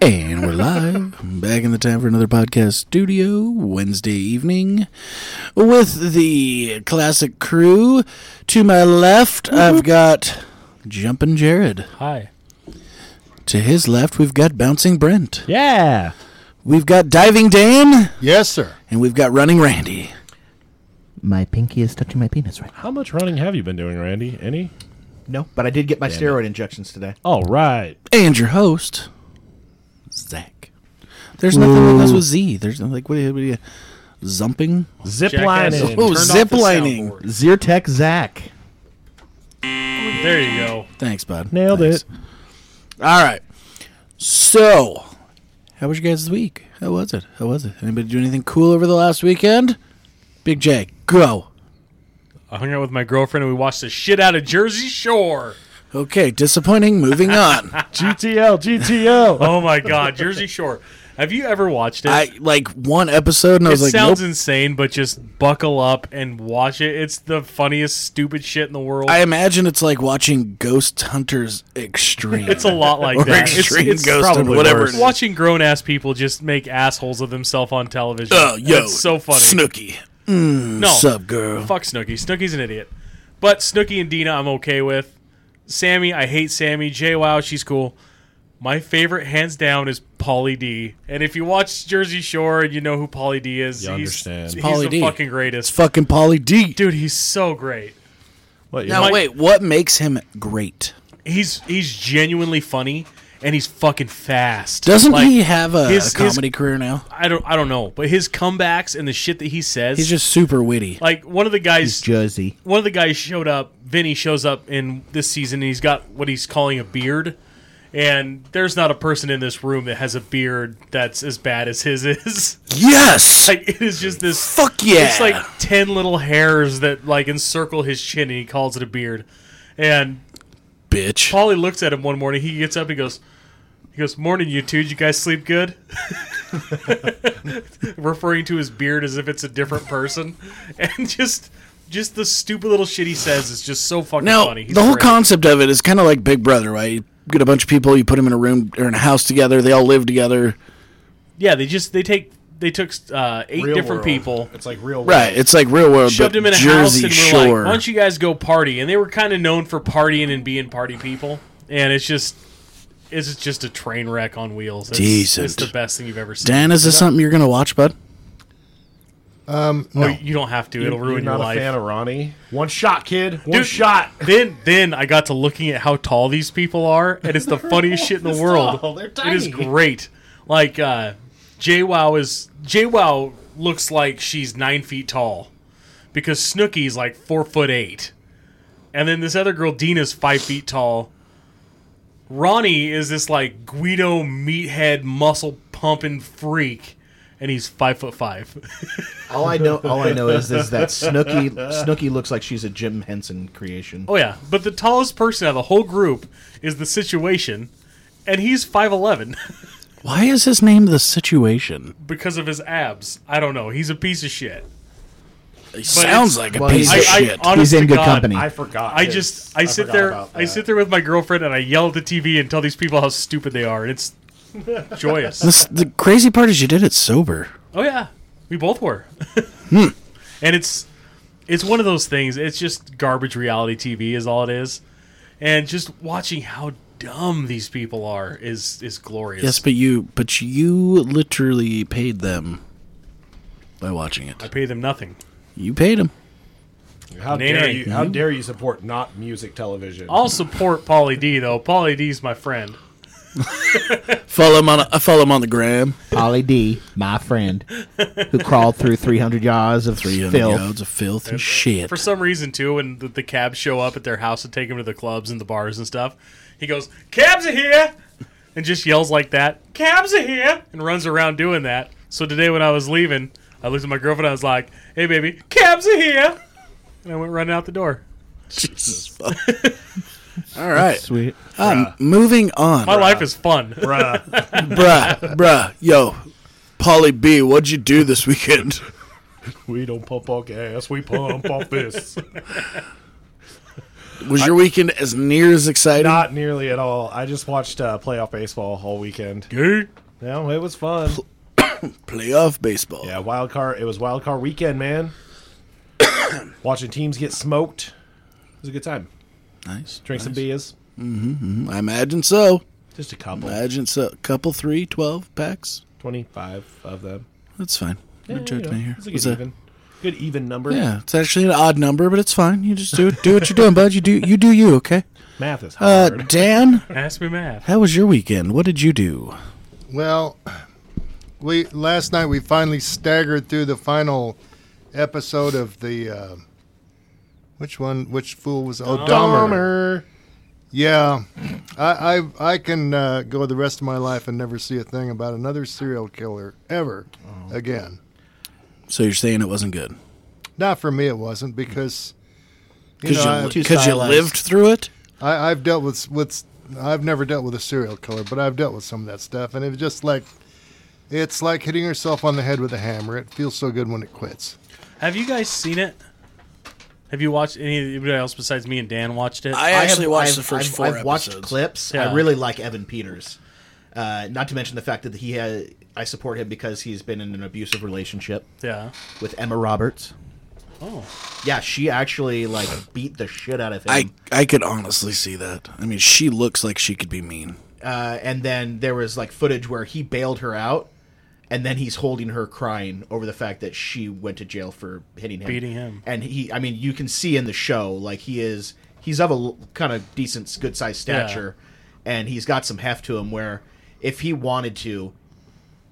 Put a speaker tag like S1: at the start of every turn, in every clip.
S1: And we're live back in the Time for Another Podcast studio Wednesday evening with the classic crew. To my left, I've got Jumpin' Jared.
S2: Hi.
S1: To his left, we've got Bouncing Brent.
S2: Yeah.
S1: We've got Diving Dan.
S3: Yes, sir.
S1: And we've got Running Randy.
S4: My pinky is touching my penis right now.
S2: How much running have you been doing, Randy? Any?
S5: No, but I did get my steroid injections today.
S2: All right.
S1: And your host, Zach. There's nothing like us with Z. There's no- like, what do you, what do you, zumping?
S2: Zip
S6: Jackass.
S2: lining.
S1: Oh,
S6: Turned off the
S1: ziplining.
S6: soundboard.
S5: Zyrtec Zach.
S6: There you go.
S1: Thanks, bud.
S2: Nailed
S1: Thanks.
S2: it.
S1: All right. So, how was your guys' week? How was it? How was it? Anybody do anything cool over the last weekend? Big J, go.
S6: I hung out with my girlfriend and we watched the shit out of Jersey Shore.
S1: Okay, disappointing. Moving on.
S2: GTL, GTL.
S6: Oh my god, Jersey Shore. Have you ever watched it?
S1: I like one episode, and I
S6: it
S1: was like,
S6: sounds
S1: nope.
S6: insane, but just buckle up and watch it. It's the funniest, stupid shit in the world.
S1: I imagine it's like watching Ghost Hunters Extreme.
S6: it's a lot like
S1: Or
S6: that. It's-
S1: Extreme
S6: it's,
S1: Ghost
S2: probably
S1: Hunter, whatever.
S2: worse.
S1: it is.
S6: watching grown ass people just make assholes of themselves on television.
S1: Oh, yo,
S6: it's so funny.
S1: Snooky,
S6: no,
S1: sub girl.
S6: Oh. fuck Snooky. Snooky's an idiot. But Snooky and Dina, I'm okay with. Sammy, I hate Sammy. Jay Wow, she's cool. My favorite, hands down, is Polly D. And if you watch Jersey Shore and you know who Polly D is,
S2: You
S6: he's,
S2: understand. It's
S6: he's
S1: Pauly
S6: the
S1: D.
S6: fucking
S1: It's
S6: greatest.
S1: fucking Polly D.
S6: Dude, he's so great.
S2: What, you
S1: Now
S2: like-
S1: wait, what makes him great?
S6: He's he's genuinely funny and he's fucking fast.
S1: Doesn't
S6: Like,
S1: he have a,
S6: his-
S1: a comedy career now?
S6: I don't I don't know, but his comebacks and the shit that he says,
S1: He's just super witty.
S6: like one of the guys
S5: Jersey.
S6: one of the guys showed up. Vinny shows up in this season, and he's got what he's calling a beard. And there's not a person in this room that has a beard that's as bad as his is.
S1: Yes.
S6: like it is just this.
S1: Fuck yeah.
S6: It's like ten little hairs that like encircle his chin, and he calls it a beard. And
S1: bitch.
S6: Polly looks at him one morning. He gets up. He goes. He goes. Morning, you two. Did you guys sleep good? Referring to his beard as if it's a different person, and just just the stupid little shit he says is just so fucking
S1: Now,
S6: funny. He's
S1: the whole
S6: great.
S1: concept of it is kind of like Big Brother, right? You get a bunch of people, you put them in a room or in a house together, they all live together.
S6: yeah, they just they take they took uh, eight
S3: Real
S6: different
S3: world.
S6: people.
S3: It's like real world.
S1: Right. It's like real world,
S6: Shoved
S1: but
S6: them in a
S1: Jersey
S6: house and were
S1: Shore.
S6: like, "Why don't you guys go party?" And they were kind of known for partying and being party people. And it's just, it's just a train wreck on wheels. It's,
S1: Decent.
S6: It's the best thing you've ever seen.
S1: Dan, is this something you're going to watch, bud?
S6: No, you don't have to. It'll
S2: You're
S6: ruin
S2: not
S6: your
S2: a fan
S6: life.
S2: of Ronnie.
S3: One shot, kid. One
S6: Dude,
S3: shot.
S6: Then, then I got to looking at how tall these people are, and it's the funniest shit in the world.
S3: tall. They're
S6: It is
S3: tiny.
S6: great. Like uh, JWoww is JWoww looks like she's nine feet tall because Snooky's like four foot eight, and then this other girl Dina's five feet tall. Ronnie is this like Guido meathead muscle pumping freak, and he's five foot five.
S5: All I know, all I know is, is that Snooky Snooky looks like she's a Jim Henson creation.
S6: Oh yeah, but the tallest person out of the whole group is the situation, and he's five eleven
S1: Why is his name The Situation?
S6: because of his abs. I don't know. He's a piece of shit.
S1: He sounds like a
S5: well,
S1: piece
S5: I-
S1: of
S6: I-
S1: shit.
S6: I- Honest
S4: He's in
S6: to
S4: good
S6: God,
S4: company.
S3: I forgot.
S6: I
S3: this.
S6: just I, sit
S3: forgot
S6: there
S3: about
S6: I
S3: that.
S6: sit there with my girlfriend and I yell at the TV and tell these people how stupid they are, and it's joyous.
S1: This- the crazy part is you did it sober.
S6: Oh yeah, we both were.
S4: Hmm.
S6: And it's it's one of those things. It's just garbage reality TV is all it is, and just watching how dumb these people are is is glorious.
S1: Yes, but you but you literally paid them by watching
S6: I
S1: it.
S6: pay them nothing.
S1: You paid them.
S2: How
S6: Nay,
S2: dare
S6: nay.
S2: you? How dare you support not music television?
S6: I'll support Polly D though. Polly D's my friend.
S1: Follow him on I follow him on the gram.
S4: Polly D, my friend, who crawled through 300 yards of
S1: 300
S4: filth.
S1: yards of filth and shit.
S6: For some reason too, when the, the cabs show up at their house and take him to the clubs and the bars and stuff, he goes, "Cabs are here!" and just yells like that. Cabs are here! and runs around doing that. So today when I was leaving, I looked at my girlfriend. I was like, "Hey baby, cabs are here!" and I went running out the door.
S1: Jesus. fuck. All right.
S4: Sweet.
S1: Um, moving on.
S6: My life is fun.
S3: Bruh.
S1: bruh, bruh, yo, Polly B, what'd you do this weekend?
S2: we don't pump our gas. We pump our fists.
S1: Was your weekend as near as exciting?
S2: Not nearly at all. I just watched uh, playoff baseball all weekend.
S6: Hey,
S2: No, it was fun.
S1: Playoff baseball.
S2: Yeah, wild card. It was wild card weekend, man. Watching teams get smoked. It was a good time.
S1: Nice.
S2: Drink some beers.
S1: I imagine so.
S2: Just a couple.
S1: Imagine so. Couple three, 12 packs.
S2: 25 of them.
S1: That's fine. You're
S2: Yeah,
S1: joking
S2: you know,
S1: me here.
S2: It's a
S1: It's
S2: good
S1: a-
S2: even. Good even number.
S1: yeah, it's actually an odd number, but it's fine. You just do it. Do what you're doing, bud. You do you do you, okay?
S2: Math is
S1: Uh,
S2: hard.
S1: Dan,
S6: Ask me math.
S1: how was your weekend? What did you do?
S3: Well, we last night we finally staggered through the final episode of the uh, which one? Which fool was? Oh, Dahmer.
S2: Dahmer.
S3: Yeah, I I, I can uh, go the rest of my life and never see a thing about another serial killer ever again.
S1: So you're saying it wasn't good
S3: Not for me, it wasn't because you
S1: because
S3: know
S1: you,
S3: I,
S1: li- 'cause you
S5: stylized.
S1: lived through it.
S3: I, I've dealt with with I've never dealt with a serial killer, but I've dealt with some of that stuff, and it was just like it's like hitting yourself on the head with a hammer. It feels so good when it quits.
S6: Have you guys seen it? Have you watched any anybody else besides me and Dan watched it?
S1: I actually
S5: have-
S1: watched
S5: I've-
S1: the 1st
S5: I've,
S1: four
S5: I've watched
S1: episodes.
S5: clips.
S6: Yeah.
S5: I really like Evan Peters. Uh, not to mention the fact that he had. I support him because he's been in an abusive relationship
S6: yeah.
S5: with Emma Roberts.
S6: Oh.
S5: Yeah, she actually like beat the shit out of him.
S1: I I could honestly see that. I mean, she looks like she could be mean.
S5: uh, and then there was like footage where he bailed her out, and then he's holding her crying over the fact that she went to jail for hitting him,
S6: Beating him.
S5: And he, I mean, you can see in the show like he is he's of a kind of decent, good sized
S6: Yeah.
S5: stature, and he's got some heft to him. Where if he wanted to,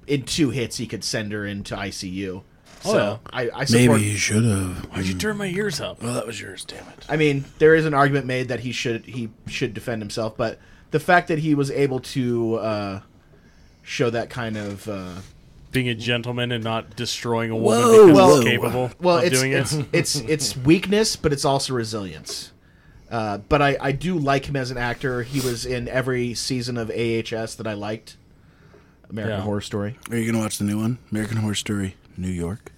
S5: in two hits, he could send her into ICU.
S6: Oh,
S5: so
S6: yeah.
S5: I, I
S1: Maybe
S5: support.
S1: you should have.
S6: Why'd you turn my ears up?
S1: Well, that was yours. Damn it.
S5: I mean, there is an argument made that he should he should defend himself, but the fact that he was able to uh, show that kind of uh,
S6: Being a gentleman and not destroying a woman
S1: Whoa,
S6: because
S1: whoa.
S6: he's capable
S5: well,
S6: of
S5: it's,
S6: doing
S5: it's
S6: it.
S5: it's it's weakness, but it's also resilience. Uh, but I, I do like him as an actor. He was in every season of AHS that I liked, American
S6: Yeah.
S5: Horror Story.
S1: Are you gonna watch the new one, American Horror Story, New York,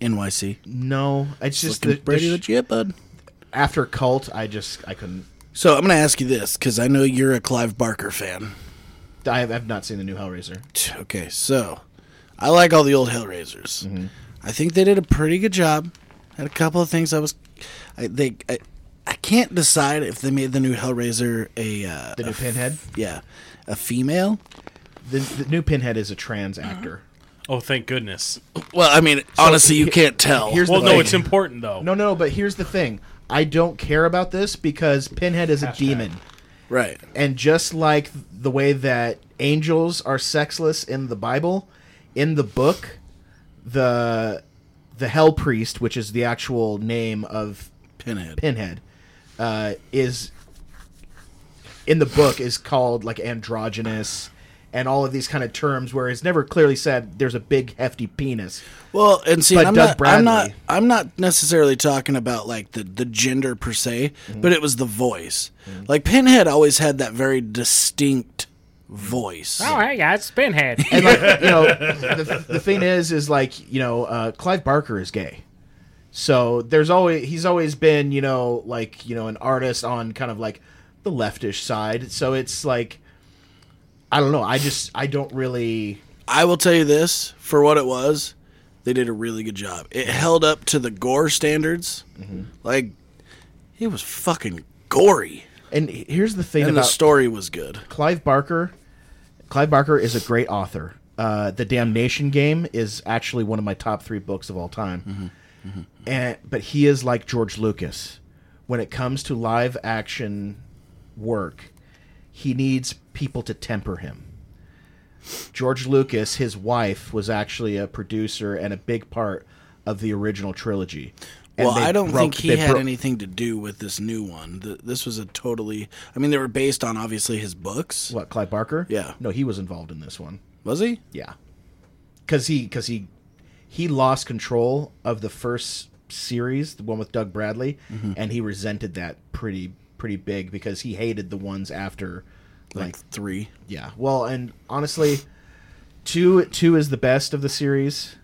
S1: NYC?
S5: No, it's just the,
S1: Looking pretty
S5: the sh-
S1: legit, bud.
S5: after Cult. I just I couldn't.
S1: So I'm gonna ask you this because I know you're a Clive Barker fan.
S5: I have I've not seen the new Hellraiser.
S1: Okay, so I like all the old Hellraisers.
S5: Mm-hmm.
S1: I think they did a pretty good job. Had a couple of things I was, I they, I, I can't decide if they made the new Hellraiser a, uh,
S5: The
S1: a
S5: new Pinhead.
S1: yeah, a female.
S5: The, the new Pinhead is a trans actor.
S6: Oh, thank goodness.
S1: Well, I mean, honestly, you can't tell.
S5: Here's
S6: Well,
S5: the
S6: no,
S5: thing.
S6: it's important though.
S5: No, no, but here's the thing. I don't care about this because Pinhead is a demon.
S1: right.
S5: And just like the way that angels are sexless in the Bible, in the book, the the hell priest, which is the actual name of
S1: Pinhead.
S5: Pinhead, uh, is in the book is called like androgynous and all of these kind of terms where it's never clearly said there's a big hefty penis.
S1: Well, and see,
S5: But
S1: I'm
S5: Doug
S1: not, I'm not,
S5: Bradley.
S1: I'm not necessarily talking about like the the gender per se,
S5: Mm-hmm.
S1: but it was the voice. Like Pinhead always had that very distinct voice.
S6: Oh, hey guys, Pinhead.
S5: and like you know the, the thing is is like you know uh, clive barker is gay so there's always he's always been you know like you know an artist on kind of like the leftish side so it's like i don't know i just i don't really
S1: I will tell you this for what it was, they did a really good job. It held up to the gore standards. Like, it was fucking gory.
S5: and here's the thing
S1: And the
S5: about
S1: story was good.
S5: clive barker clive barker is a great author uh, the damnation game is actually one of my top three books of all time
S1: Mm-hmm.
S5: and but he is like George Lucas when it comes to live action work. He needs people to temper him. George Lucas, his wife, was actually a producer and a big part of the original trilogy. And
S1: Well,
S5: they
S1: I don't
S5: broke-
S1: think he
S5: they
S1: had
S5: broke-
S1: anything to do with this new one. Th this was a totally. I mean, they were based on obviously his books.
S5: What Clive Barker?
S1: Yeah.
S5: no, he was involved in this one.
S1: Was he?
S5: Yeah, because he because he he lost control of the first series, the one with Doug Bradley, and he resented that pretty pretty big because he hated the ones after.
S1: Like
S5: Like,
S1: three.
S5: yeah, well, and honestly, two two is the best of the series,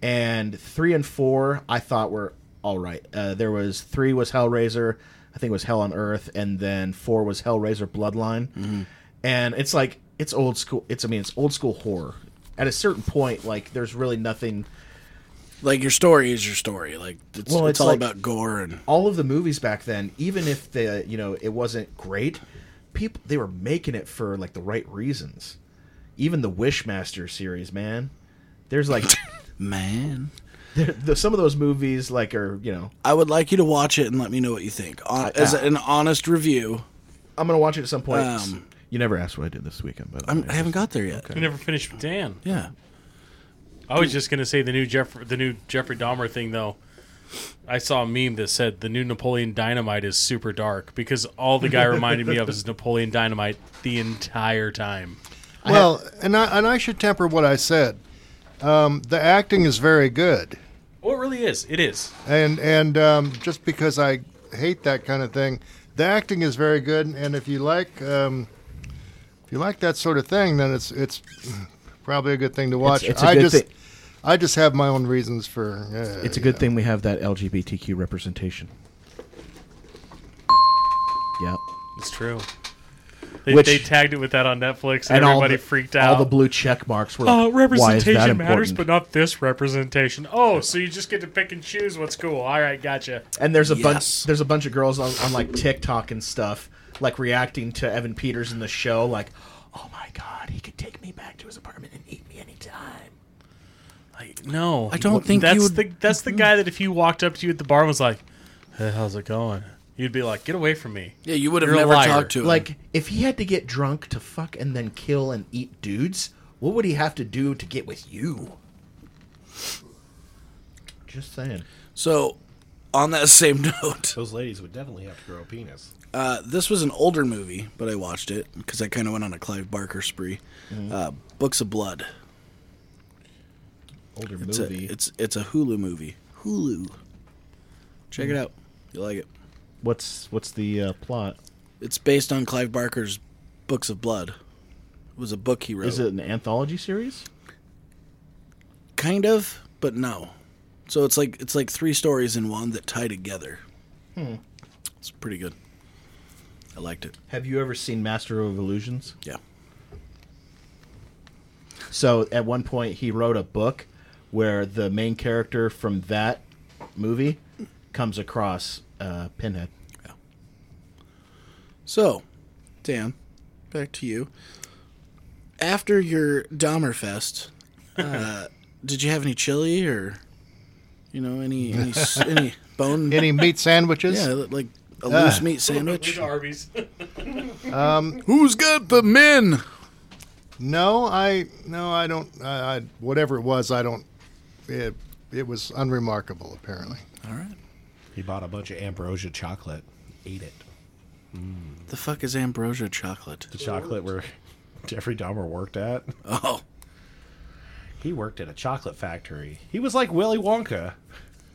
S5: and three and four I thought were all right. Uh, there was three was Hellraiser, I think it was Hell on Earth, and then four was Hellraiser Bloodline, and it's like it's old school. It's I mean, it's old school horror. At a certain point, like there's really nothing.
S1: Like your story is your story. Like it's,
S5: Well,
S1: it's,
S5: it's
S1: all
S5: like-
S1: about gore and
S5: All of the movies back then, even if the you know it wasn't great, people they were making it for like the right reasons. Even the Wishmaster series, man. There's like
S1: man.
S5: there, the, some of those movies like are you know
S1: I would like you to watch it and let me know what you think. On, as an honest review,
S5: I'm gonna watch it at some point.
S1: Um,
S5: you never asked what I did this weekend, but
S1: I'm, I haven't got there yet.
S6: You never finished with Dan.
S1: Yeah.
S6: I was just gonna say the new Jeff, the new Jeffrey Dahmer thing though. I saw a meme that said the new Napoleon Dynamite is super dark because all the guy reminded me of is Napoleon Dynamite the entire time.
S3: Well, and I and I should temper what I said. Um, the acting is very good,
S6: Oh, it really is. It is.
S3: and and um, just because I hate that kind of thing, the acting is very good. And if you like, um, if you like that sort of thing, then it's it's probably a good thing to watch.
S5: it's a
S3: I
S5: good
S3: just
S5: thing.
S3: I just have my own reasons for. Uh,
S5: It's a good thing we have that LGBTQ representation. Yeah.
S6: It's true. They,
S5: Which-
S6: they tagged it with that on Netflix, and, everybody freaked out.
S5: All the blue check marks were
S6: uh,
S5: like, why is that
S6: representation matters,
S5: important?
S6: but not this representation. Oh, so you just get to pick and choose what's cool. All right, gotcha.
S5: and there's a
S1: Yes.
S5: bunch there's a bunch of girls on, on like TikTok and stuff like reacting to Evan Peters in the show like, "Oh my god, he could take me back to his apartment and eat me anytime."
S6: Like, no,
S1: I don't think
S6: that's
S1: you would-
S6: the that's the guy that if he walked up to you at the bar and was like, "Hey, how's it going?" You'd be like, "Get away from me."
S1: Yeah, you would have
S6: You're a
S1: never
S6: liar.
S1: talked to him.
S5: Like if he had to get drunk to fuck and then kill and eat dudes, what would he have to do to get with you? Just saying.
S1: so. On that same note,
S2: Those ladies would definitely have to grow a penis.
S1: uh, this was an older movie, but I watched it because I kind of went on a Clive Barker spree.
S5: Mm-hmm.
S1: Uh, Books of Blood.
S5: Older
S1: It's a, it's it's a Hulu movie. Hulu. Check it out. You like it.
S5: Mm. What's what's the uh, plot?
S1: It's based on Clive Barker's Books of Blood. It was a book he wrote.
S5: Is it an anthology series?
S1: kind of, but no. So it's like it's like three stories in one that tie together. Hmm. It's pretty good. I liked it.
S5: Have you ever seen Master of Illusions?
S1: Yeah.
S5: So at one point he wrote a book where the main character from that movie comes across uh, Pinhead.
S1: So, Dan, back to you. After your Dahmer fest, uh, did you have any chili or, you know, any any s- any Ah. bone?
S3: Any meat sandwiches?
S1: yeah, like a loose meat sandwich.
S6: Arby's.
S1: Who's got the men?
S3: No, I no, I don't. I, I whatever it was, I don't. It it was unremarkable. Apparently,
S1: All right.
S2: He bought a bunch of ambrosia chocolate, ate it.
S1: The fuck is ambrosia chocolate?
S2: The chocolate where Jeffrey Dahmer worked at.
S1: Oh,
S2: He worked at a chocolate factory. He was like Willy Wonka.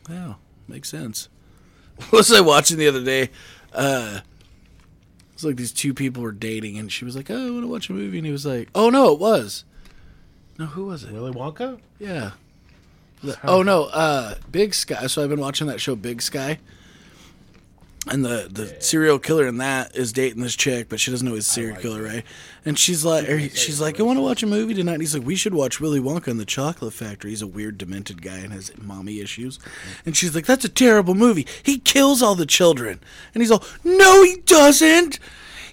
S1: wow, makes sense. What was I watching the other day? Uh, it's like these two people were dating, and she was like, "Oh, I want to watch a movie," and he was like, "Oh no, it was." No, who was it?
S2: Willy Wonka?
S1: Yeah. The- oh no, uh Big Sky. So I've been watching that show Big Sky. And the, the serial killer in that is dating this chick, but she doesn't know he's a serial killer, right? And she's like, or he- she's like, I want to watch a movie tonight. And he's like, we should watch Willy Wonka and the Chocolate Factory. He's a weird, demented guy and has mommy issues. And she's like, that's a terrible movie. He kills all the children. And he's all, no, he doesn't.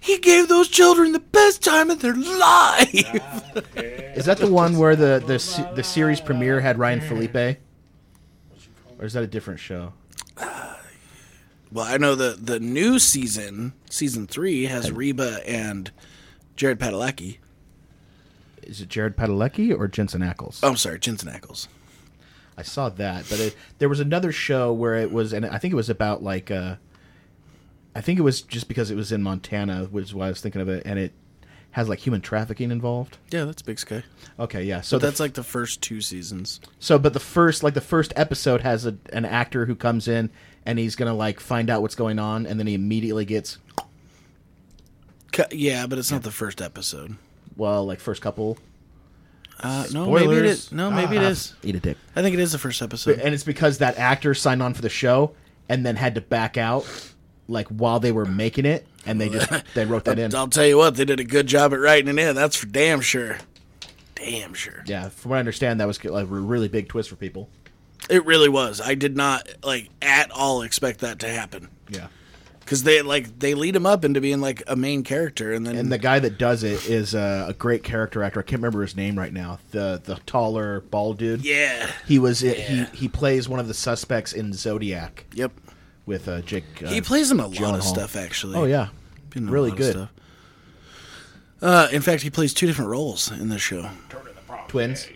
S1: He gave those children the best time of their life.
S5: Is that the one where the the se- the series premiere had Ryan Felipe? Or is that a different show?
S1: Well, I know the the new season, season three, has Reba and Jared Padalecki.
S5: Is it Jared Padalecki or Jensen Ackles?
S1: Oh, I'm sorry, Jensen Ackles.
S5: I saw that, but it, there was another show where it was, and I think it was about like, uh, I think it was just because it was in Montana, which is why I was thinking of it, and it has like human trafficking involved.
S1: Yeah, that's Big Sky.
S5: Okay, yeah. So
S1: But that's
S5: that's
S1: like the first two seasons.
S5: so, but the first like the first episode has a, an actor who comes in and he's gonna like find out what's going on, and then he immediately gets
S1: Cu- Yeah, but it's not the first episode.
S5: well like first couple
S1: Uh, no, maybe it is. No, maybe it is.
S5: eat a dick,
S1: I think it is the first episode.
S5: and it's because that actor signed on for the show and then had to back out like while they were making it. and they just they wrote that in.
S1: I'll tell you what, they did a good job at writing it in. That's for damn sure. Damn sure.
S5: Yeah, from what I understand, that was a really big twist for people.
S1: It really was. I did not like at all expect that to happen
S5: Yeah,
S1: because they like they lead him up into being like a main character, and then
S5: and the guy that does it is uh, a great character actor. I can't remember his name right now. The the taller bald dude.
S1: yeah,
S5: He was it. He he plays one of the suspects in Zodiac
S1: yep.
S5: with uh, Jake. Uh,
S1: He plays in a lot
S5: Gyllenhaal.
S1: of stuff actually.
S5: Oh yeah,
S1: Been in a
S5: really
S1: lot of
S5: good.
S1: stuff. Uh, in fact, he plays two different roles in this show.
S5: Twins.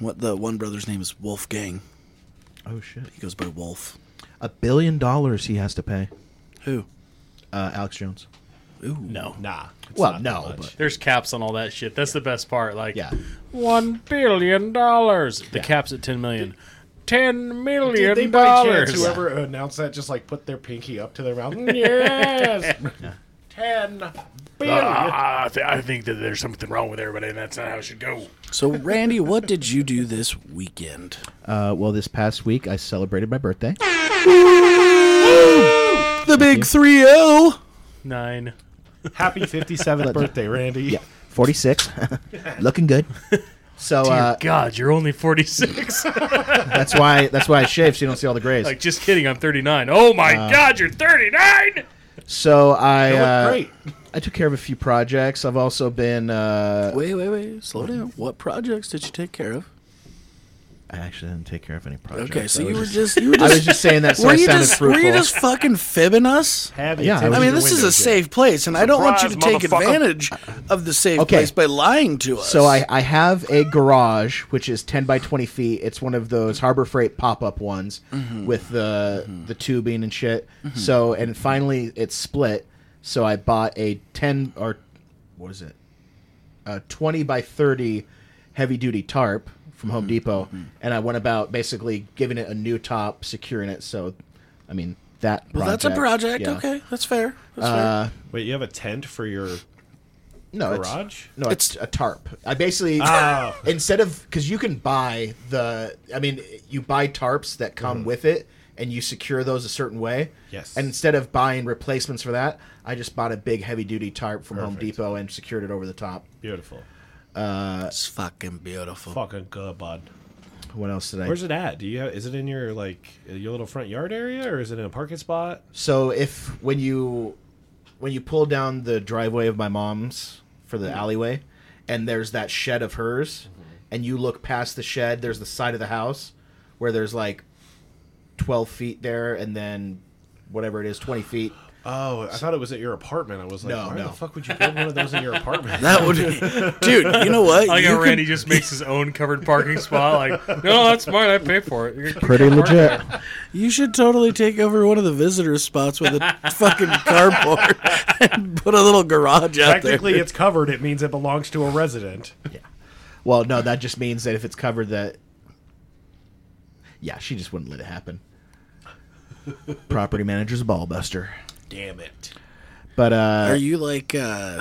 S1: What the one brother's name is Wolfgang.
S5: Oh shit!
S1: He goes by Wolf.
S5: A billion dollars he has to pay.
S1: Who?
S5: Uh, Alex Jones.
S6: No.
S2: Nah. it's
S5: well,
S2: not
S5: no,
S2: much.
S5: but
S6: There's caps on all that shit. That's the best part. Like,
S5: yeah.
S6: one billion dollars. The cap's at ten million. Ten
S2: Did they
S6: million
S2: by chance
S6: dollars.
S2: whoever announced that just like put their pinky up to their mouth? yes. Ten billion.
S6: Ah, I, th- I think that there's something wrong with everybody, and that's not how it should go.
S1: So, Randy, what did you do this weekend?
S5: Uh, well, this past week I celebrated my birthday.
S1: The big three oh. zero.
S6: Nine.
S2: Happy 57th birthday, Randy.
S5: Yeah, forty six, looking good. So uh,
S6: God, you're only 46.
S5: that's why that's why I shave so you don't see all the grays.
S6: like, just kidding. I'm 39. Oh my God, you're 39.
S5: so I
S2: That looked
S5: uh,
S2: great.
S5: I took care of a few projects. I've also been. Uh,
S1: Wait, wait, wait. Slow down. What projects did you take care of?
S5: I actually didn't take care of any projects.
S1: Okay, so
S5: I
S1: you
S5: was
S1: were
S5: just-
S1: just you were
S5: I was
S1: just,
S5: just saying that so
S1: were
S5: I
S1: you
S5: sounded
S1: just were
S5: fruitful.
S1: you just fucking fibbing us?
S2: Have
S5: Yeah, I
S2: attention
S5: was-
S1: I mean,
S2: to
S1: this is a
S2: windows, yeah.
S1: safe place, and I don't want you to
S6: Surprise,
S1: take advantage of the safe
S5: Okay.
S1: place by lying to us.
S5: so I, I have a garage which is ten by twenty feet. It's one of those Harbor Freight pop up ones
S1: Mm-hmm.
S5: with the the tubing and shit. So and finally it's split. So I bought a ten or what is it? A twenty by thirty heavy duty tarp from
S1: Mm-hmm.
S5: Home Depot, and I went about basically giving it a new top, securing it. So, I mean that.
S1: well, that's a project.
S5: yeah.
S1: Okay, that's fair. That's fair.
S5: Uh,
S2: Wait, you have a tent for your
S5: no, it's-
S2: garage?
S5: No, it's, a tarp. I basically
S2: Oh.
S5: instead of because you can buy the, I mean, you buy tarps that come with it, and you secure those a certain way.
S2: Mm-hmm. Yes.
S5: And instead of buying replacements for that, I just bought a big heavy duty tarp from Home
S2: Perfect.
S5: Depot and secured it over the top.
S2: Beautiful.
S1: It's fucking beautiful.
S2: Fucking good, bud.
S5: What else did I?
S2: Where's it at? Do you have? Is it in your like your little front yard area, or is it in a parking spot?
S5: so if when you when you pull down the driveway of my mom's for
S2: Mm-hmm.
S5: the alleyway, and there's that shed of hers, and you look past the shed, there's the side of the house where there's like twelve feet there, and then whatever it is, twenty feet.
S2: Oh, I thought it was at your apartment. I was like,
S5: No,
S2: why
S5: no.
S2: the fuck would you build one of those in your apartment?
S1: That would, be, dude. You know what?
S6: I like
S1: you
S6: how
S1: could-
S6: Randy just makes his own covered parking spot. Like, no, that's mine. I pay for it. You're-
S4: Pretty legit.
S1: You should totally take over one of the visitor spots with a fucking cardboard and put a little garage out
S2: Technically,
S1: there.
S2: it's covered. It means it belongs to a resident.
S5: Well, no, that just means that if it's covered, that yeah, she just wouldn't let it happen. Property manager's a ball buster.
S2: Damn it!
S5: But uh,
S1: Are you like, uh,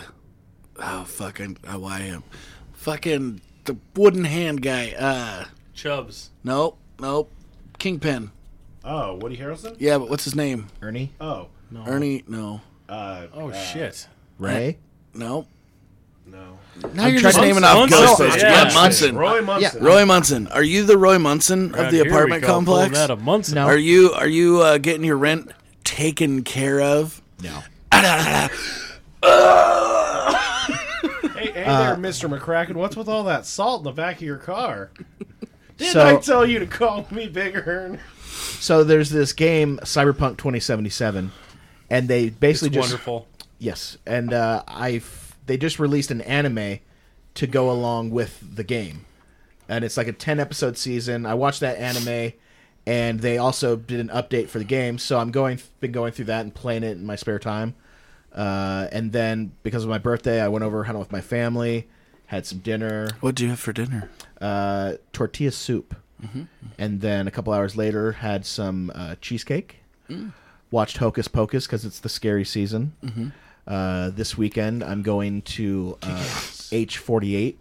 S1: oh, fucking, oh, I am. Fucking the wooden hand guy. Uh,
S6: Chubbs.
S1: nope, nope. Kingpin.
S2: Oh, Woody Harrelson.
S1: Yeah, but what's his name?
S5: Ernie
S2: Oh,
S1: Ernie, no.
S2: uh,
S6: Oh shit.
S5: Ray?
S1: No.
S2: no.
S1: Now you're just
S6: trying-
S1: naming off
S6: Munson,
S1: ghosts.
S6: Munson,
S1: Yeah,
S6: yeah.
S1: Munson. Roy,
S2: Roy Munson.
S1: Munson. Are you the Roy Munson of
S6: Around
S1: the
S6: here we
S1: apartment
S6: go, pulling
S1: complex?
S6: That a month.
S5: No.
S1: Are you are you uh, getting your rent taken care of?
S5: No.
S2: Hey, hey there, Mister McCracken. What's with all that salt in the back of your car? Didn't
S5: So-
S2: I tell you to call me Big Earn?
S5: So there's this game Cyberpunk 2077, and they basically
S6: It's
S5: just
S6: wonderful.
S5: yes, and uh, I they just released an anime to go along with the game, and it's like a 10 episode season. I watched that anime, and they also did an update for the game, so I'm going been going through that and playing it in my spare time. Uh, and then because of my birthday, I went over hung out with my family, had some dinner
S1: What do you have for dinner?
S5: uh, tortilla soup, and then a couple hours later had some uh, cheesecake. Watched Hocus Pocus because it's the scary season. Uh, this weekend I'm going to uh, H48,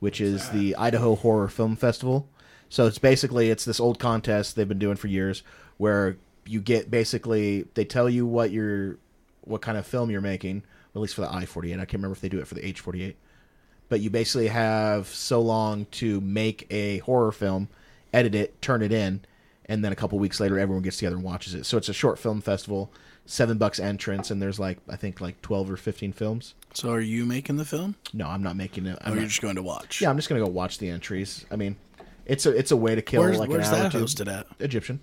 S5: which is the Idaho Horror Film Festival. So it's basically it's this old contest they've been doing for years where you get basically they tell you what your what kind of film you're making, or at least for the I forty eight. I can't remember if they do it for the H forty eight. But you basically have so long to make a horror film, edit it, turn it in, and then a couple weeks later everyone gets together and watches it. So it's a short film festival, seven bucks entrance, and there's like I think like twelve or fifteen films.
S1: So are you making the film?
S5: No, I'm not making it. I'm
S1: Or
S5: not-
S1: you're just going to watch?
S5: yeah, I'm just gonna go watch the entries. I mean, it's a it's a way to kill
S1: Where's,
S5: like
S1: where's
S5: an hour
S1: that
S5: or two.
S1: hosted at?
S5: Egyptian.